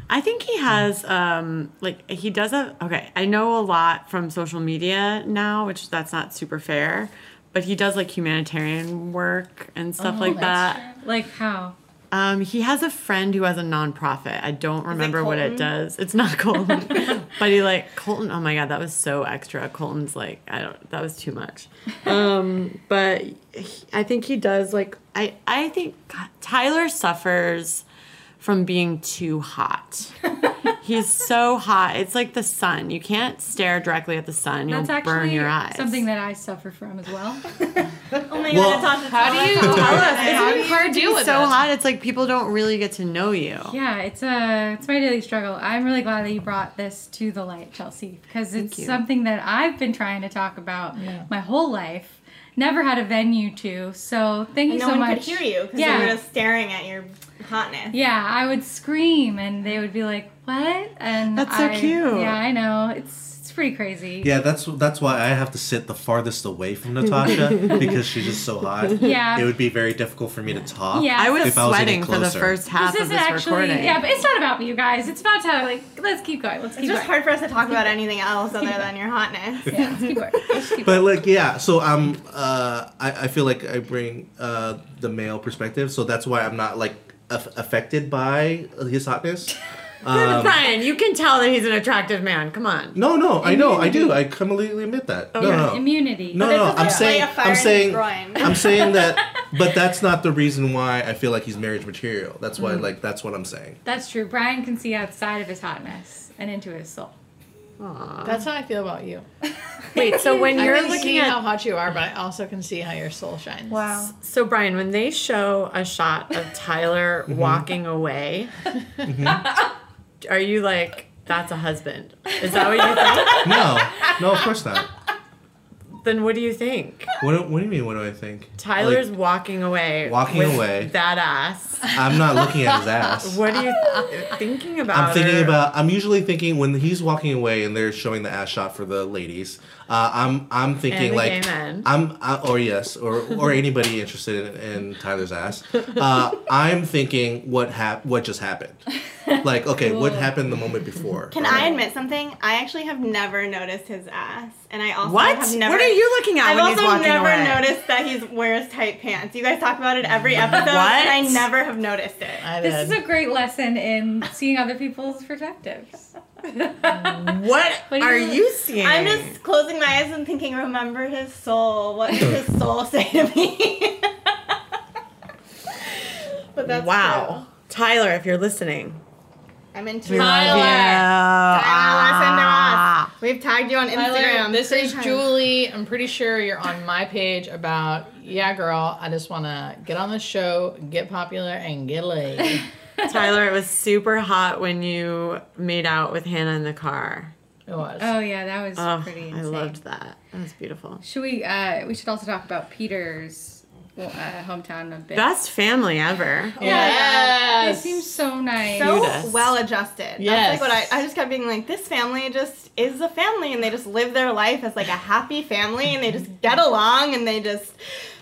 I think he has um like he does have okay, I know a lot from social media now, which that's not super fair, but he does like humanitarian work and stuff
Oh,
like that.
Like how?
Um he has a friend who has a nonprofit. I don't remember what it
Colton?
does. It's not Colton. but he like Colton, oh my god, that was so extra. Colton's like I don't that was too much. Um but he, I think he does like I I think God, Tyler suffers from being too hot. He's so hot. It's like the sun. You can't stare directly at the sun. You'll
That's actually
burn your eyes.
something that I suffer from as well.
Oh my
Well-
god, it's on the
How do you tell us? How do
it's hard
you deal
to be
with
so
this?
hot. It's like people don't really get to know you.
Yeah, it's a it's my daily struggle. I'm really glad that you brought this to the light, Chelsea, because it's
you.
something that I've been trying to talk about my whole life. Never had a venue to, so thank you
And no
so
one
much.
could hear you because
Yeah.
you were just staring at your hotness.
Yeah, I would scream, and they would be like, "What?" And
That's so
I-
cute.
Yeah, I know. It's it's pretty crazy.
Yeah, that's that's why I have to sit the farthest away from Natasha because she's just so hot.
Yeah.
It would be very difficult for me to talk.
Yeah.
I was
If I was any
sweating for the
closer.
first half
This
of
isn't
this
actually.
recording.
Yeah, but it's not about me, you guys. It's about Tyler. Like, let's keep going. Let's
It's
keep
just hard
going.
for us to talk about anything else other than your hotness.
Yeah, let's keep going. Let's keep
But like, yeah. So I'm. Uh, I I feel like I bring uh, the male perspective, so that's why I'm not like aff- affected by his hotness. Um,
Brian, you can tell that he's an attractive man. Come on.
No, no, I know, I do. I completely admit that.
Oh,
No,
going.
no, no.
Immunity.
No,
This
no,
is
I'm
like
saying,
a fire
I'm
in
saying,
his groin.
I'm saying that, but that's not the reason why I feel like he's marriage material. That's why,
Mm.
like, that's what I'm saying.
That's true. Brian can see outside of his hotness and into his soul.
That's how I feel about you.
Wait, so when
I
you're
can
looking
see
at
how hot you are, but I also can see how your soul shines.
Wow.
So Brian, when they show a shot of Tyler
Mm-hmm.
walking away, are you like, "That's a husband"? Is that what you
No, no, of course not.
think? then what do you think?
What do, what do you mean? What do I think?
Tyler's
Like,
walking away.
Walking
with
away.
That ass.
I'm not looking at his ass.
What are you th- thinking about?
I'm thinking
or-
about. I'm usually thinking when he's walking away and they're showing the ass shot for the ladies. Uh, I'm I'm thinking
And the
like
gay men.
I'm I, or yes or or anybody interested in, in Tyler's ass. Uh, I'm thinking what hap- what just happened. Like okay, what happened the moment before?
Can
Alright.
I admit something? I actually have never noticed his ass, and I also
What?
have never.
What are you looking at
I've
when
also
he's walking
never
away?
noticed that he wears tight pants. You guys talk about it every episode,
What?
and I never have noticed it.
I did.
This is a great lesson in seeing other people's perspectives.
What,
What do
are
you-
you seeing?
I'm just closing my eyes and thinking, remember his soul. What does his soul say to me? but that's
wow, Tyler, if you're listening,
True. I'm into
Tyler.
Tyler,
Ah.
listen to us. We've tagged you on Instagram.
Tyler, this
three
is
times.
Julie. I'm pretty sure you're on my page about yeah, girl. I just want to get on the show, get popular, and get laid.
Tyler, it was super hot when you made out with Hannah in the car.
It was.
Oh yeah, that was
Oh,
pretty
I
insane.
loved that. That was beautiful.
Should we? Uh, we should also talk about Peter's well, uh, hometown a bit.
Best family ever.
yes.
It seems so nice.
so
Judas.
well adjusted.
Yes.
That's like what I, I just kept being like, this family just is a family and they just live their life as like a happy family and they just get along and they just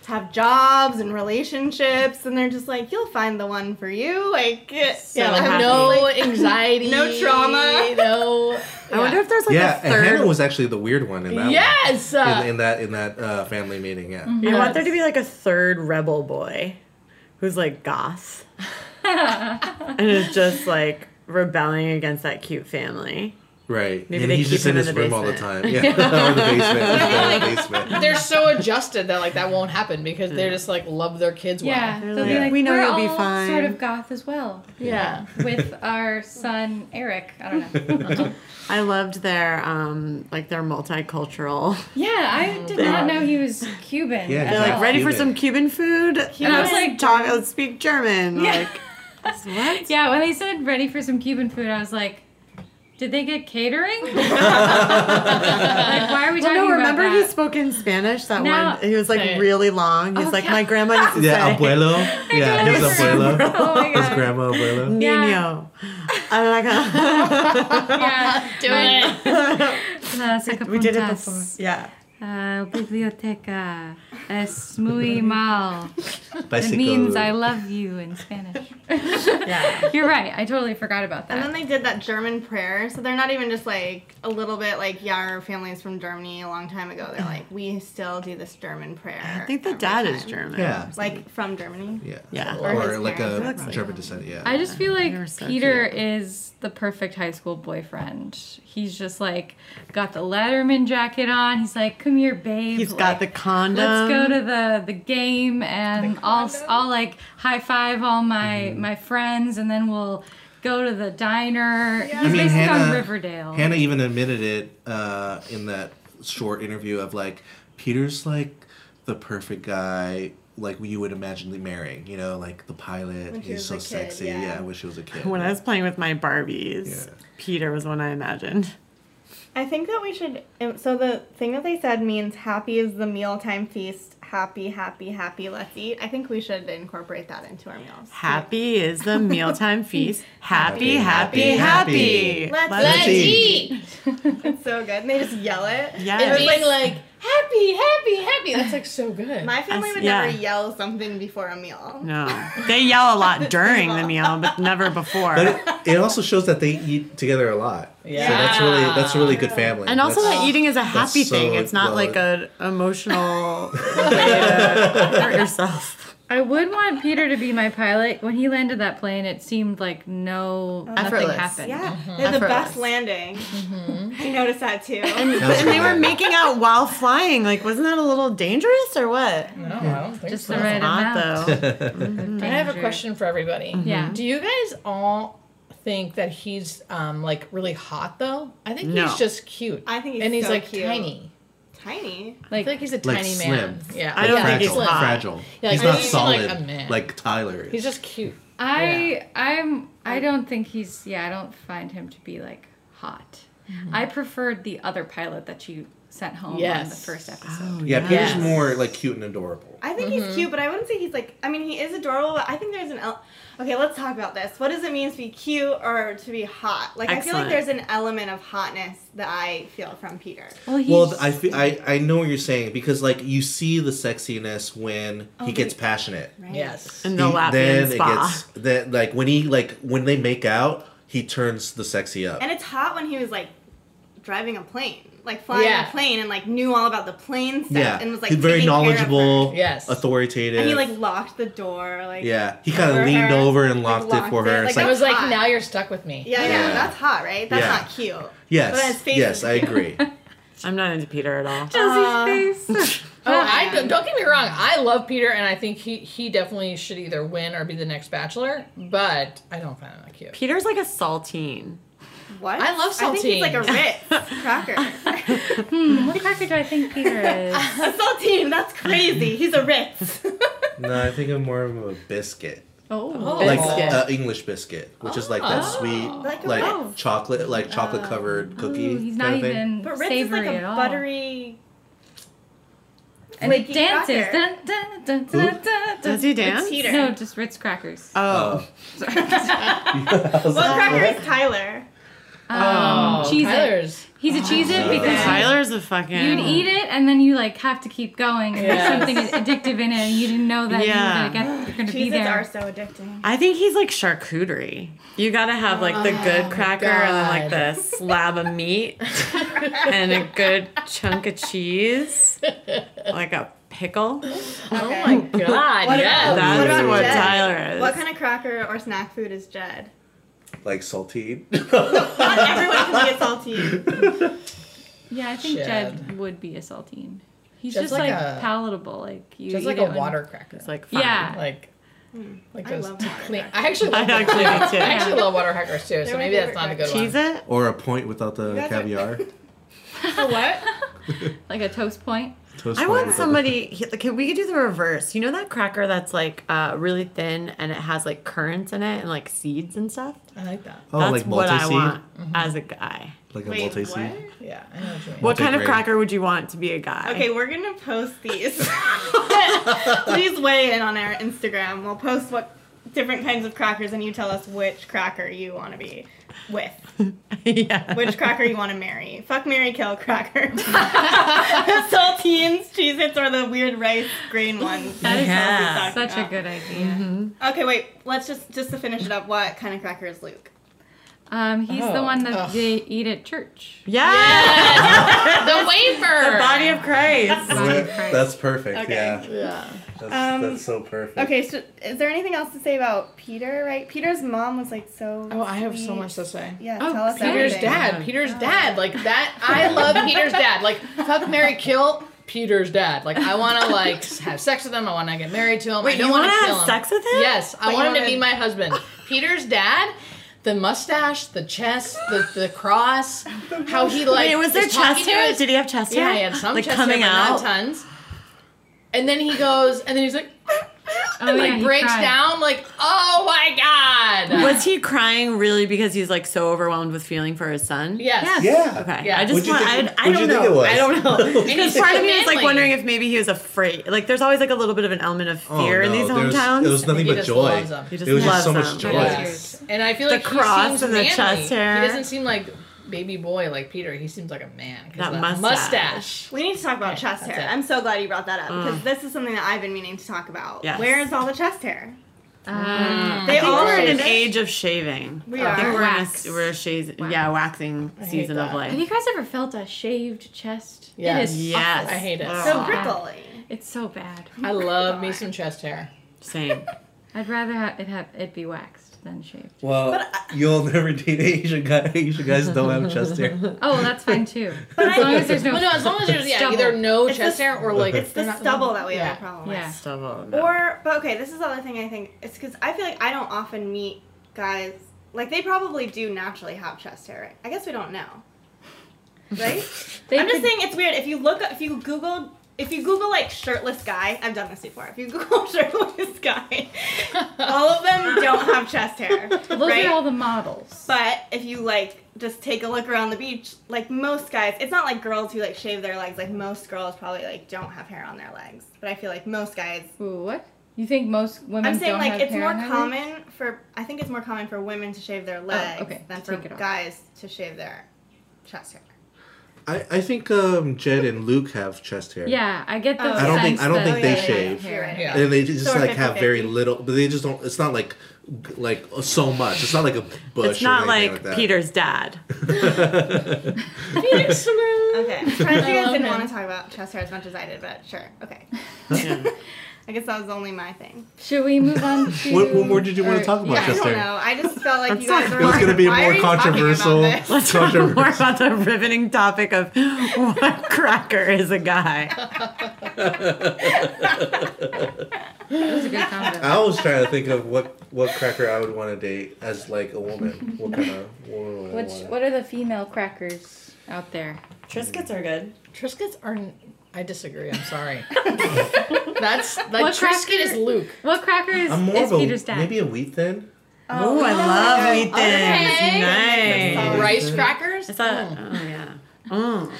have jobs and relationships and they're just like, you'll find the one for you. Like, it,
yeah,
I'm
like
happy.
no
just like-
anxiety,
No trauma.
no.
I wonder if there's like
yeah,
a
and
third.
Hannah was actually the weird one in that.
Yes.
One. In, in that in that uh, family meeting, yeah.
I
Mm-hmm.
want there to be like a third rebel boy who's like goth and is just like rebelling against that cute family.
Right.
Maybe
and
they
he's
keep
just in
him in
his
the
room all the
basement.
time. Yeah. or the basement. He's down in the basement.
They're so adjusted that like that won't happen because they're just like love their kids
Yeah,
well.
they'll be
like,
like,
"We know
we're
you'll be
all
fine."
Sort of goth as well,
Yeah.
with our son Eric. I don't know.
I loved their um like their multicultural.
Yeah,
Oh,
I did not know he was Cuban.
Yeah,
at
he's
They're like
all.
Oh.
ready for
Cuban.
some Cuban food, and I was like, talk, let's speak German.
Yeah.
Like, what?
Yeah, when they said ready for some Cuban food, I was like, did they get catering? like, why are we
Well,
talking
no, remember
about
he
that?
spoke in Spanish that
Now-
one. He was like
Right.
really long. He's
Oh,
like,
yeah.
my grandma used to
Yeah,
say,
abuelo. Yeah, his
Yes.
abuela.
Oh my
His
God.
grandma, abuelo.
Yeah.
Nino. And I go,
Yeah,
Do it.
we did it before. Yeah.
Uh, biblioteca es muy mal. It
Bicycle.
means I love you in Spanish.
Yeah.
You're right. I totally forgot about that.
And then they did that German prayer, so they're not even just like a little bit like yeah, our family is from Germany a long time ago. They're like we still do this German prayer.
I think the
every
dad is
time.
German.
Yeah.
Like from Germany.
Yeah.
Yeah.
Or,
Or his
like
parents. It
a
looks
like
German descent. Yeah.
I just feel
They were
like
so
Peter is the perfect high school boyfriend. He's just like got the Letterman jacket on. He's like, "Come here, babe."
He's got the
Like,
condom.
Let's go to the the game and I'll I'll like high five all my
Mm-hmm.
my friends and then we'll go to the diner. He's
I mean,
basically on
Hannah,
Riverdale.
Hannah even admitted it uh, in that short interview of like, Peter's like the perfect guy, like you would imagine marrying, you know, like the pilot.
When she
He's
was
so
a kid,
sexy.
yeah.
Yeah. I wish he was a kid.
When I was playing with my Barbies,
Yeah.
Peter was one I imagined.
I think that we should. um, So the thing that they said means happy is the mealtime feast. Happy, happy, happy. Let's eat. I think we should incorporate that into our meals.
Happy is the mealtime feast. Happy, happy,
Happy,
happy.
happy.
Let's
Let's eat.
It's so good. And they just yell it.
Yes.
It was like,
Being like happy, happy, happy. That's like so good.
my family
Us-
would
yeah.
never yell something before a meal.
No. They yell a lot during the meal, but never before.
But it, it also shows that they eat together a lot. Yeah. So that's really that's really good family.
and also
That's-
that eating is a happy
so
thing. It's not
well-
like an emotional way to hurt yourself.
I would want Peter to be my pilot. When he landed that plane, it seemed like no nothing
Effortless.
happened.
Yeah,
Mm-hmm.
they're the
Effortless.
best landing. I noticed that too.
That was
And they
really
were
good.
making out while flying. Like, wasn't that a little dangerous or what?
no, I don't think
Just
so.
the right
Not
amount.
though.
I have a question for everybody.
Yeah.
Do you guys all think that he's um like really hot though? I think
No.
he's just cute.
I think he's
and he's
so
like
cute.
tiny.
Tiny.
I feel like he's a
Like
tiny
slim.
man. Yeah.
I don't think
yeah,
fragile,
he's
slim.
hot.
fragile.
Yeah,
he's
like,
not
he's
solid
like a man.
like, Tyler. Is.
He's just cute.
I I'm I don't think he's yeah, I don't find him to be like hot.
Mm-hmm.
I preferred the other pilot that you sent home on the
Yes.
first episode.
Oh,
Mm-hmm.
yeah,
Yes.
Peter's more like cute and adorable.
I think he's cute, but I wouldn't say he's like. I mean, he is adorable, but I think there's an. El- okay, let's talk about this. What does it mean to be cute or to be hot? Like, I
Excellent.
feel like there's an element of hotness that I feel from Peter.
Well, he's
Well, I, fe- I I know what you're saying because like you see the sexiness when
Oh,
he gets passionate.
Yes.
In the
He-
Latvian spa.
it gets then like when he like when they make out, he turns the sexy up.
And it's hot when he was like driving a plane, like flying
Yeah.
a plane, and like knew all about the plane stuff,
yeah,
and was like
he's very
taking care of her.
knowledgeable.
Yes.
authoritative.
And he like locked the door, like
yeah, he kind
over
of leaned
her,
over and
like,
locked, it for
locked
her.
it.
It's
Like,
I
like,
was like,
hot.
now you're stuck with me.
Yeah, yeah,
Yeah.
that's hot, right? That's
Yeah.
not cute. But his
yes,
face
yes,
is
I agree.
I'm not into Peter at all. Uh,
Chelsea's face.
Oh, I don't, don't get me wrong. I love Peter, and I think he he definitely should either win or be the next Bachelor. But I don't find him that cute.
Peter's like a saltine.
What?
I love
I think he's
saltine.
like a Ritz cracker.
Hmm, what cracker do I think Peter is?
a saltine, that's crazy. He's a Ritz.
no, I think I'm more of a biscuit.
Oh,
like
Biscuit. Oh.
uh, English biscuit, which is like that sweet,
Like
like,
a Oh. loaf.
chocolate, like chocolate covered cookie. kind
he's not
of thing.
even
But Ritz is
savory
like a
at all.
buttery.
and he
flaky
dances.
cracker.
Dun, dun, dun, dun,
Who?
dun,
Does
dun.
he dance?
Peter.
No, just Ritz crackers.
Oh.
Oh. I was
What
like,
cracker
what?
is Tyler?
Oh.
Um, Cheez-It.
Oh, Tyler's.
He's a cheese
Oh.
it because
Tyler's a fucking.
You'd eat it and then you like have to keep going. and There's
Yes.
something addictive in it and you didn't know that
Yeah.
you were gonna, get, you're gonna be
Cheeses
there.
are so addicting.
I think he's like charcuterie. You gotta have like the
Oh,
good cracker and then like the slab of meat and a good chunk of cheese, like a pickle.
Oh my God! yes.
That's
about
what
Jed?
Tyler is.
What kind of cracker or snack food is Jed?
like saltine.
Not everyone can be a saltine.
Yeah, I think
Jed.
Jed, would be a saltine. He's
Jed's
just
like
like,
a-
palatable. Like you,
Just
eat
like
it
a
when-
water cracker.
It's like fine.
Yeah,
like like
Hmm. I
those
love water
clean- I actually love
I actually do, too.
I actually love water crackers too. So
my
maybe that's
favorite
not a good
Cheese
one.
it?
or a point without the
guys are-
caviar.
For what?
like a toast point.
Toast
I
point
want
without
somebody. he- Can we could do the reverse? You know that cracker that's like uh, really thin and it has like currants in it and like seeds and stuff.
I like that.
The,
Mm-hmm.
oh,
that's
like
what I
multi-seed?
want as a guy.
Like a
Wait,
multi
what?
seed.
Yeah, I know what you mean.
What kind of
Multigrain.
cracker would you want to be a guy?
Okay, we're gonna post these. Please weigh in on our Instagram. We'll post what different kinds of crackers, and you tell us which cracker you want to be with,
yeah.
which cracker you want to marry. Fuck, Mary, kill cracker. Saltines, Cheez-Its, or the weird rice grain ones.
That is
Yeah.
such a good idea.
Okay, wait. Let's just just to finish it up. What kind of cracker is Luke?
Um, he's the
Oh.
one that
Ugh.
they eat at church.
Yeah.
The wafer.
Body of Christ.
Body of Christ.
That's perfect.
Okay.
Yeah,
Yeah.
that's,
Um,
that's so perfect.
Okay, so is there anything else to say about Peter? Right, Peter's mom was like so.
Oh, I have so
sweet.
much to say.
Yeah,
Oh,
tell us
Peter's
everything.
dad. Peter's dad. Like that. I love Peter's dad. Like fuck Mary Kill. Peter's dad. Like I want to like have sex with him. I want to get married to him. I
Wait,
don't
you
want to
wanna
kill
have
him.
sex with him?
Yes, I
Wait,
want
you
him to
wanna-
be my husband. Peter's dad. The mustache, the chest, the, the cross, how he like
Wait, was there
is talking
chest
to
hair?
his-
Did he have chest hair?
Yeah, he had some
like
chest
coming
hair, but
out.
not tons. And then he goes, and then he's like, and
Oh, yeah,
like
he
breaks
cried.
down, like, oh my god.
Was he crying really because he's like so overwhelmed with feeling for his son?
Yes.
Yeah.
Okay.
Yeah.
I just
What'd you
want.
think-
I, I
what'd
don't
you think it
know.
was?
I don't know.
And he's
Because part of me is like
manly.
wondering if maybe he was afraid. Like, there's always like a little bit of an element of
Oh,
fear in
no,
these
there was-
hometowns.
It was nothing
He
but
just
joy.
loves them.
He
It
just
was just
loves
so
them.
much
That
joy.
is
Yes.
cute.
And I feel
The
like
cross
he seems
and the
manly.
chest hair.
He doesn't seem like baby boy like Peter. He seems like a man. 'cause
That
of
mustache.
We need to talk about chest
that's
hair.
it.
I'm so glad you brought that up because this is something that I've been meaning to talk about.
Yes. Uh,
Where is all the chest hair? They
Um,
Mm. I
all
think we're
are
in an age of shaving.
We
I think
are.
we're in
Wax.
a, we're a shaz- yeah waxing
hate
season of
that.
life.
have you guys ever felt a shaved chest? It
Yes.
is.
yes,
I hate it.
Ugh.
So prickly.
It's so bad.
I love me some chest hair.
Same.
I'd rather ha it have it be waxed than shaved.
Well, you'll never date Asian guy. Asian guys don't have chest hair.
Oh, that's fine too. as long as there's no.
Well, no, as long as there's yeah,
Stubble.
either no
It's
chest
the-
hair or like
It's
they're
the
not-
stubble that we have a
Yeah.
problem with.
yeah.
Stubble. no.
Mm-hmm. Or, but okay, this is the other thing I think. It's because I feel like I don't often meet guys. Like, they probably do naturally have chest hair, right? I guess we don't know. Right?
They
I'm just
could-
saying it's weird. If you look up, if you Google, if you Google like shirtless guy, I've done this before. If you Google shirtless guy, all of them don't have chest hair.
Those
right?
are all the models.
But if you like just take a look around the beach, like most guys, it's not like girls who like shave their legs. Like most girls probably like don't have hair on their legs. But I feel like most guys.
Ooh, what? You think most women?
I'm saying
don't
like
have
it's
hair
more
on their legs? Oh,
common for I think it's more common for women to shave their legs
okay,
than
to
for
take it off.
guys to shave their chest hair.
I, I think um, Jed and Luke have chest hair.
Yeah, I get the.
Oh.
I don't think-
sense
I don't
that-
think they shave.
You're right.
Yeah.
And they just
So
like
we're
have very
50-50.
little, but they just don't. It's not like like so much. It's not like a bush.
it's not
or
like,
anything like, that.
Peter's dad.
Okay, I'm surprised you guys
love
didn't
him.
want to talk about chest hair as much as I did, but sure. Okay, I guess that was only my thing.
Should we move on to?
What, what more did you want
or-
to talk about?
Yeah, I
chest
don't
hair?
know. I just felt like you
sorry.
guys were.
It was
like,
going to be a
"Why are
more
you talking about
controversial.
this?"
Let's talk more about the riveting topic of what cracker is a guy.
That was a good combo.
I was trying to think of what what cracker I would want to date as like a woman. What kind of woman would I
Which,
want?
what are the female crackers out there?
Triscuits are good.
Triscuits are. n- I disagree. I'm sorry. That's like
What
Triscuit
cracker-
is Luke.
What cracker is,
I'm more
is
of a
Peter's dad?
maybe a wheat thin.
Oh, I love wheat thins.
Okay.
Nice.
Rice crackers.
Is that? Oh yeah. Mm.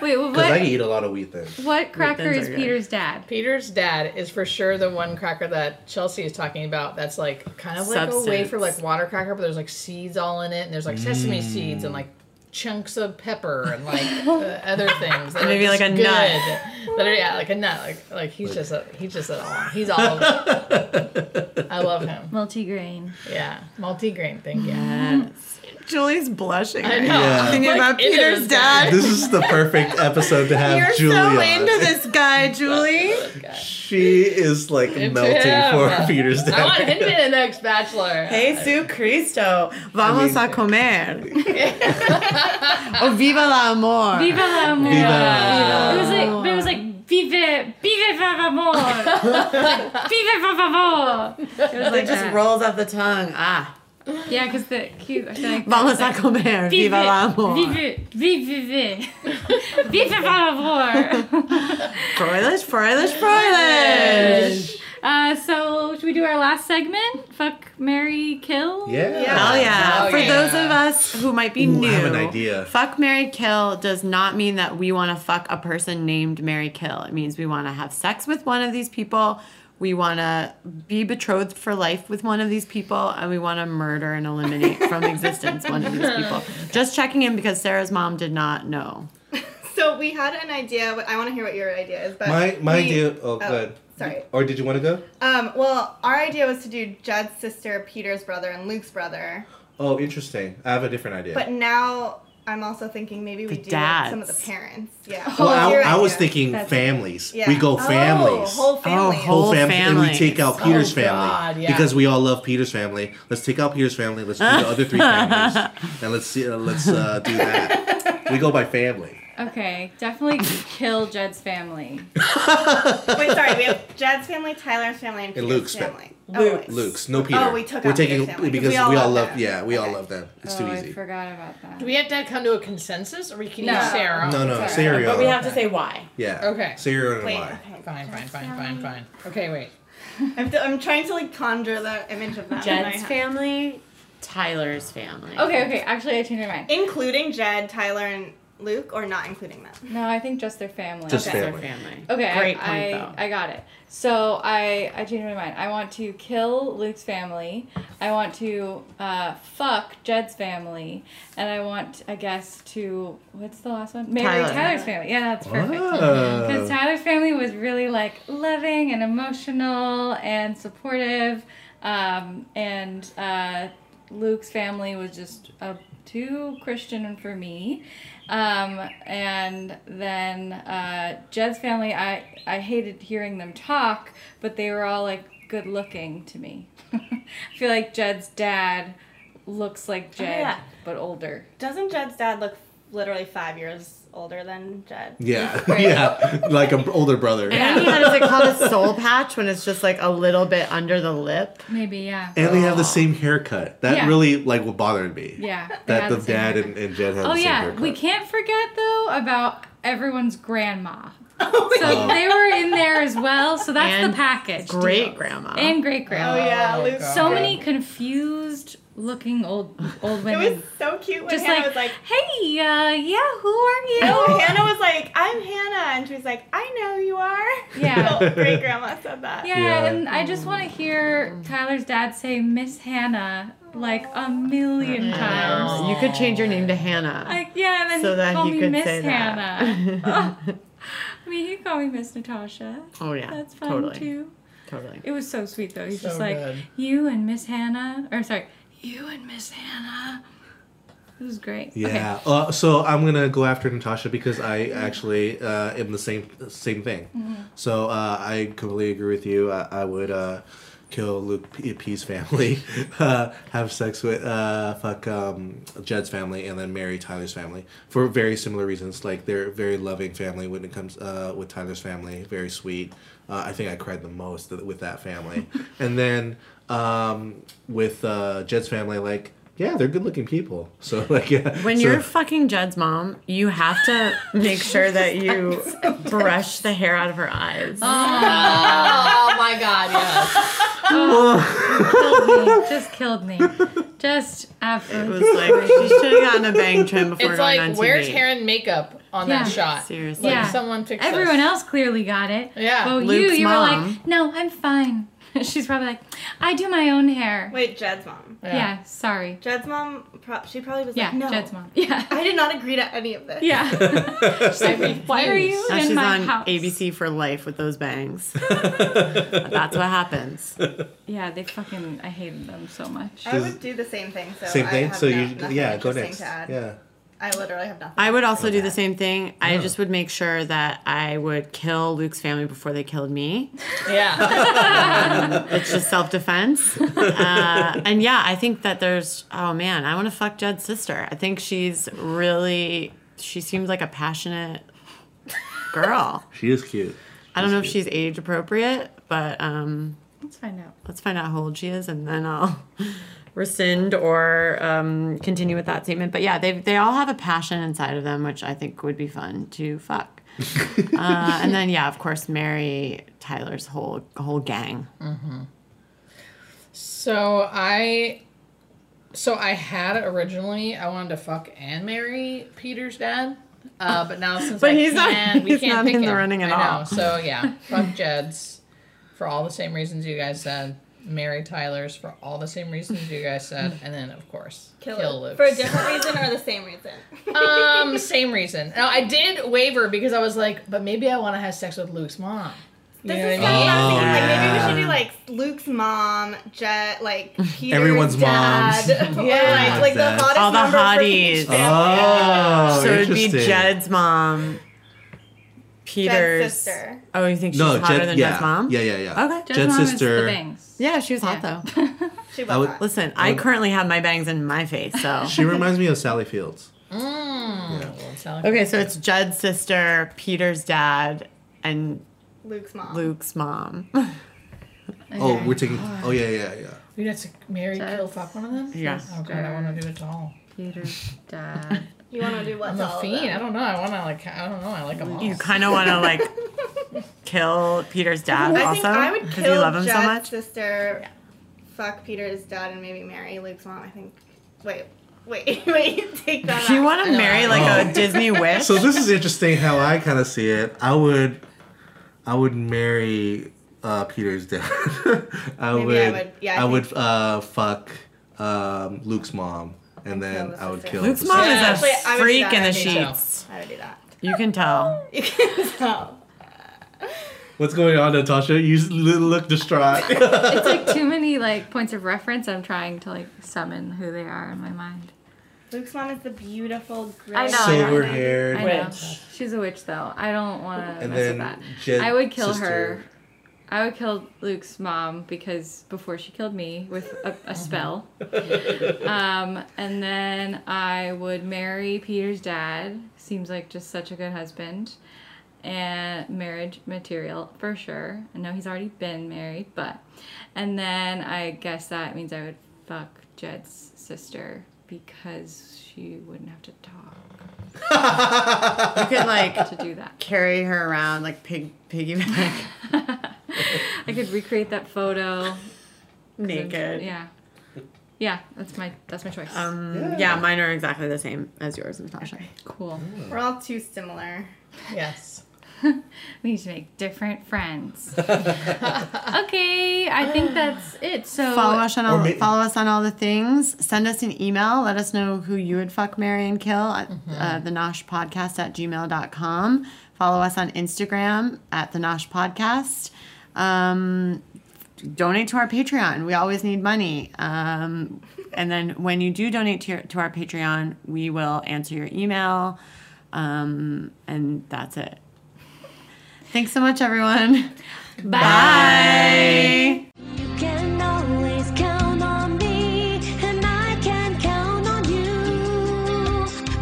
Wait, well,
Because I
what?
eat a lot of wheat thins.
What cracker
thins
is
are good.
Peter's dad?
Peter's dad is for sure the one cracker that Chelsea is talking about. That's like kind of like
Substance. Mm.
a wafer, like water cracker, but there's like seeds all in it, and there's like sesame seeds and like chunks of pepper and like uh, other things. That
Maybe,
are just
like, a
good.
nut.
That are yeah, like a nut. Like like he's just a he's just a all. He's all. Of it. I love him.
Multigrain.
Yeah, multigrain. Thank you.
Yes. Julie's blushing.
I
right
know.
Yeah.
Thinking
Like,
about
it
Peter's
is.
dad.
This is the perfect episode to have
You're
Julie
so
on.
into this guy, Julie.
Gosh.
She is like melting
him.
for Peter's
I want him to be
dad.
the next bachelor.
Jesu Cristo, vamos a comer. oh, viva la amor.
Viva la amor.
Viva.
It was like, but it was like, vive, vive favor. vive favor. It was
It
like
just
that.
rolls off the tongue. Ah.
Yeah, because the cute, I feel like.
Vamos a comer. Viva la amor.
Vive, vive, vive. Vive favor.
Froilish, froilish, froilish.
Uh, so, should we do our last segment? Fuck, Mary, kill?
Yeah.
Hell yeah.
Hell
For
yeah.
those of us who might be
Ooh,
new,
I have an idea.
fuck Mary Kill does not mean that we want to fuck a person named Mary Kill. It means we want to have sex with one of these people. We want to be betrothed for life with one of these people, and we want to murder and eliminate from existence one of these people. Just checking in because Sarah's mom did not know.
So we had an idea. But I want to hear what your idea is. But
My my
we-
idea. Oh, good.
Sorry.
Or did you want to go?
Um, well, our idea was to do Jed's sister, Peter's brother, and Luke's brother.
Oh, interesting. I have a different idea.
But now I'm also thinking maybe we
The
do like, some of the
dads.
parents. Yeah.
well,
What was your
I, I was
idea?
thinking
That's-
families.
Yeah.
We go families.
Oh, whole Oh, family.
whole-
fam- and we
families.
take out Peter's family
Oh, God, yeah.
because we all love Peter's family. Let's take out Peter's family. Let's do the other three families, and let's see. Uh, let's uh, do that. We go by family.
Okay, definitely kill Jed's family.
Wait, sorry. We have Jed's family, Tyler's family, and, Peter's
Luke's
family.
Luke's.
Oh, wait.
Luke's, no Peter.
we took
We're
out
taking
Peter's family, 'cause
because we all, love.
them.
yeah, we all
Okay.
love them. It's
oh,
too
I
easy.
forgot about that.
Do we have to come to a consensus, or we can
No.
use Sarah?
No, no,
Sorry.
Sarah.
But we have to say why.
Yeah.
Okay.
Sarah and
Wait,
I.
okay.
Fine, fine, fine, fine, fine. Okay, wait.
I'm, I'm trying to like conjure the image of that. in my
Jed's
head.
family, Tyler's family.
Okay, okay, actually, I changed my mind.
Including Jed, Tyler, and Luke, or not including them?
No, I think just their family.
Just
okay.
Their
family.
family.
Okay,
Great point,
I,
though.
Oh, I, I got it. So I, I changed my mind. I want to kill Luke's family. I want to uh, fuck Jed's family, and I want, I guess, to what's the last one? Marry
Tyler.
Tyler's family. Yeah, that's perfect. Because
Oh.
Tyler's family was really like loving and emotional and supportive, um, and uh, Luke's family was just a too Christian for me. Um, and then uh, Jed's family, I I hated hearing them talk, but they were all like good looking to me. I feel like Jed's dad looks like Jed
yeah.
but older.
Doesn't Jed's dad look literally five years older than Jed?
Yeah, yeah, like an older brother.
And he has, like, called a soul patch when it's just like a little bit under the lip.
Maybe yeah.
And they have the same haircut. That
Yeah.
really like what bothered me.
Yeah. they
That
had
the,
same
dad
haircut.
and, and Jed had
Oh
the same
yeah,
haircut.
we can't forget though about everyone's grandma.
Oh
so they were in there as well. So that's
And
the package. deal.
Great grandma.
and great grandma.
Oh yeah, Luke.
So many confused looking old old
It
women.
was so cute when
just
Hannah
like,
was like,
"Hey, uh, yeah, who are you?"
"Oh, Hannah was like, I'm Hannah," and she was like, "I know you are."
Yeah.
So "Oh, great grandma said that.
yeah,
Yeah.
and I just want to hear Tyler's dad say "Miss Hannah" like a million times.
You could change your name to Hannah.
Like yeah, and then
So
he
that
called
he
me
could
Miss
say that.
Hannah. Oh, I mean, he called me Miss Natasha.
oh yeah,
That's fun
totally,
too.
totally.
It was so sweet though. He's
So
just like
good.
you and Miss Hannah, or sorry, you and Miss Hannah. It was great.
Yeah. Uh, so I'm gonna go after Natasha because I actually uh, am the same same thing. So uh, I completely agree with you. I, I would uh, kill Luke P- P's family, uh, have sex with uh, fuck um, Jed's family, and then marry Tyler's family for very similar reasons. Like they're a very loving family when it comes uh, with Tyler's family, very sweet. Uh, I think I cried the most with that family, and then um, with uh, Jed's family, like. Yeah, they're good-looking people. So like, yeah.
When
so-
you're fucking Jed's mom, you have to make sure that you brush the hair out of her eyes.
Oh my God! Yes.
Okay. Just Oh, killed me. Just
It
absolutely.
was like she should have gotten a bang trim before
It's
going
like,
on
where's
TV.
hair and makeup on that
Yeah.
shot?
Seriously.
Like,
Yeah.
someone fix this.
Everyone else clearly got it.
Yeah.
But you,
Luke's
you were
mom.
like, no, I'm fine. She's probably like, I do my own hair.
Wait, Jed's mom.
yeah. sorry.
Jed's mom. Pro- she probably was
Yeah,
like, "No,
Jed's mom. Yeah.
I did not agree to any of this."
Yeah.
She's like,
Why are you
Now
in
she's
my
on
house?
ABC for life with those bangs. That's what happens.
Yeah, they fucking. I hated them so much.
I would do the same thing. So
Same
I
thing.
have
So
no-
you,
nothing
yeah, go
interesting
next.
to add.
Yeah.
I literally have nothing.
I would also do the same thing. I just would make sure that I would kill Luke's family before they killed me. Um,
Yeah.
It's just self defense. Uh, and yeah, I think that there's, oh man, I want to fuck Jed's sister. I think she's really, she seems like a passionate girl.
She is cute.
I don't know if she's age appropriate, but um,
Let's find out.
let's find out how old she is and then I'll rescind or um, continue with that statement. But yeah, they they all have a passion inside of them, which I think would be fun to fuck. uh, and then yeah, of course, marry Tyler's whole whole gang.
So I, so I had originally I wanted to fuck and marry Peter's dad, uh, but now since
But
I
he's not-
can't, we
he's
can't
not
pick
in the
him.
running at
I know.
all.
So yeah, fuck Jed's for all the same reasons you guys said. Marry Tyler's for all the same reasons you guys said, and then of course kill, Luke
For a different reason or the same reason?
um, same reason. Now I did waver because I was like, but maybe I want to have sex with Luke's mom. You
This
know
is
what
kind
I
of
mean?
what I was thinking.
yeah.
Like maybe we should do like Luke's mom, Jet, like Peter's
Everyone's
dad,
moms.
or,
Yeah.
like, like the
That's-
hottest
All the
member from each
hotties.
family.
Oh,
so it'd be
interesting.
Jed's mom, Peter's
sister.
Oh, you think she's
No,
hotter
Jed,
than
yeah,
Jed's mom?
yeah, yeah, yeah.
Okay.
Jed's
Jed's
mom is
sister-
the bangs.
Yeah, she was hot
Yeah.
though.
She
I
was
would-
hot.
Listen, I currently have my bangs in my face, so
She reminds me of Sally Fields.
Mm,
Okay, so it's Jed's sister, Peter's dad, and
Luke's mom.
Luke's mom.
Oh, we're taking. Oh yeah, yeah, yeah.
We'd have to marry, kill,
That's-
fuck one of them.
Yeah.
Oh god, I want to do it all.
Peter's dad.
You want to do what?
I'm
to
a
all of
fiend.
them?
I don't know. I want to like. I don't know. I like them all.
You kind of want to like kill Peter's dad
I
also
think I would
because
kill
you love him so
Jed's
much.
sister, fuck Peter's dad, and maybe marry Luke's mom. I think. Wait, wait, wait. Take that.
Do you
out.
want to marry like
Oh.
a Disney wish?
Oh. So this is interesting how I kind of see it. I would, I would marry uh, Peter's dad. I
Maybe
would.
I would- yeah, I
I, would uh, fuck um, Luke's mom, and then
kill the
I would
sister.
kill
Luke's
the
mom
sister.
Yeah,
is
actually,
a
I would do
freak
that.
in
I
the
think
so.
sheets.
I would do that.
You can tell.
You can tell.
What's going on, Natasha? You s- look distraught.
It's like too many like points of reference. I'm trying to like summon who they are in my mind.
Luke's mom is the beautiful. Gray
I know.
Silver
I know.
haired.
I know. She's a witch though. I don't want to
And
mess with
then
that.
Jed's
I would kill
sister.
her. I would kill Luke's mom because before she killed me with a, a spell. um, and then I would marry Peter's dad. Seems like just such a good husband. And marriage material for sure. I know he's already been married, but. And then I guess that means I would fuck Jed's sister because she wouldn't have to talk
You could like
to do that.
carry her around like pig piggyback
I could recreate that photo.
naked.
Yeah. Yeah, that's my that's my choice.
Um, yeah. mine are exactly the same as yours, Natasha.
cool.
We're all too similar.
Yes.
We need to make different friends. okay, I think that's it. So
Follow us on all
Or ma-
follow us on all the things. Send us an email. Let us know who you would fuck, marry, and kill at
Mm-hmm.
uh, the Nosh Podcast at gmail.com. Follow us on Instagram at the Nosh Podcast. Um, donate to our Patreon. We always need money. Um, and then when you do donate to, your, to our Patreon, we will answer your email. Um, and that's it. Thanks so much, everyone. Bye.
You can always count on me, and I can count on you.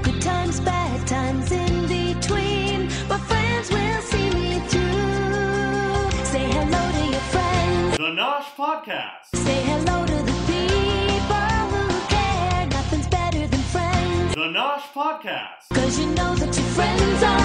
Good times, bad times in between, my friends will see me through. Say hello to your friends.
The Nosh Podcast.
Say hello to the people who care. Nothing's better than friends.
The Nosh Podcast.
Cause you know that your friends are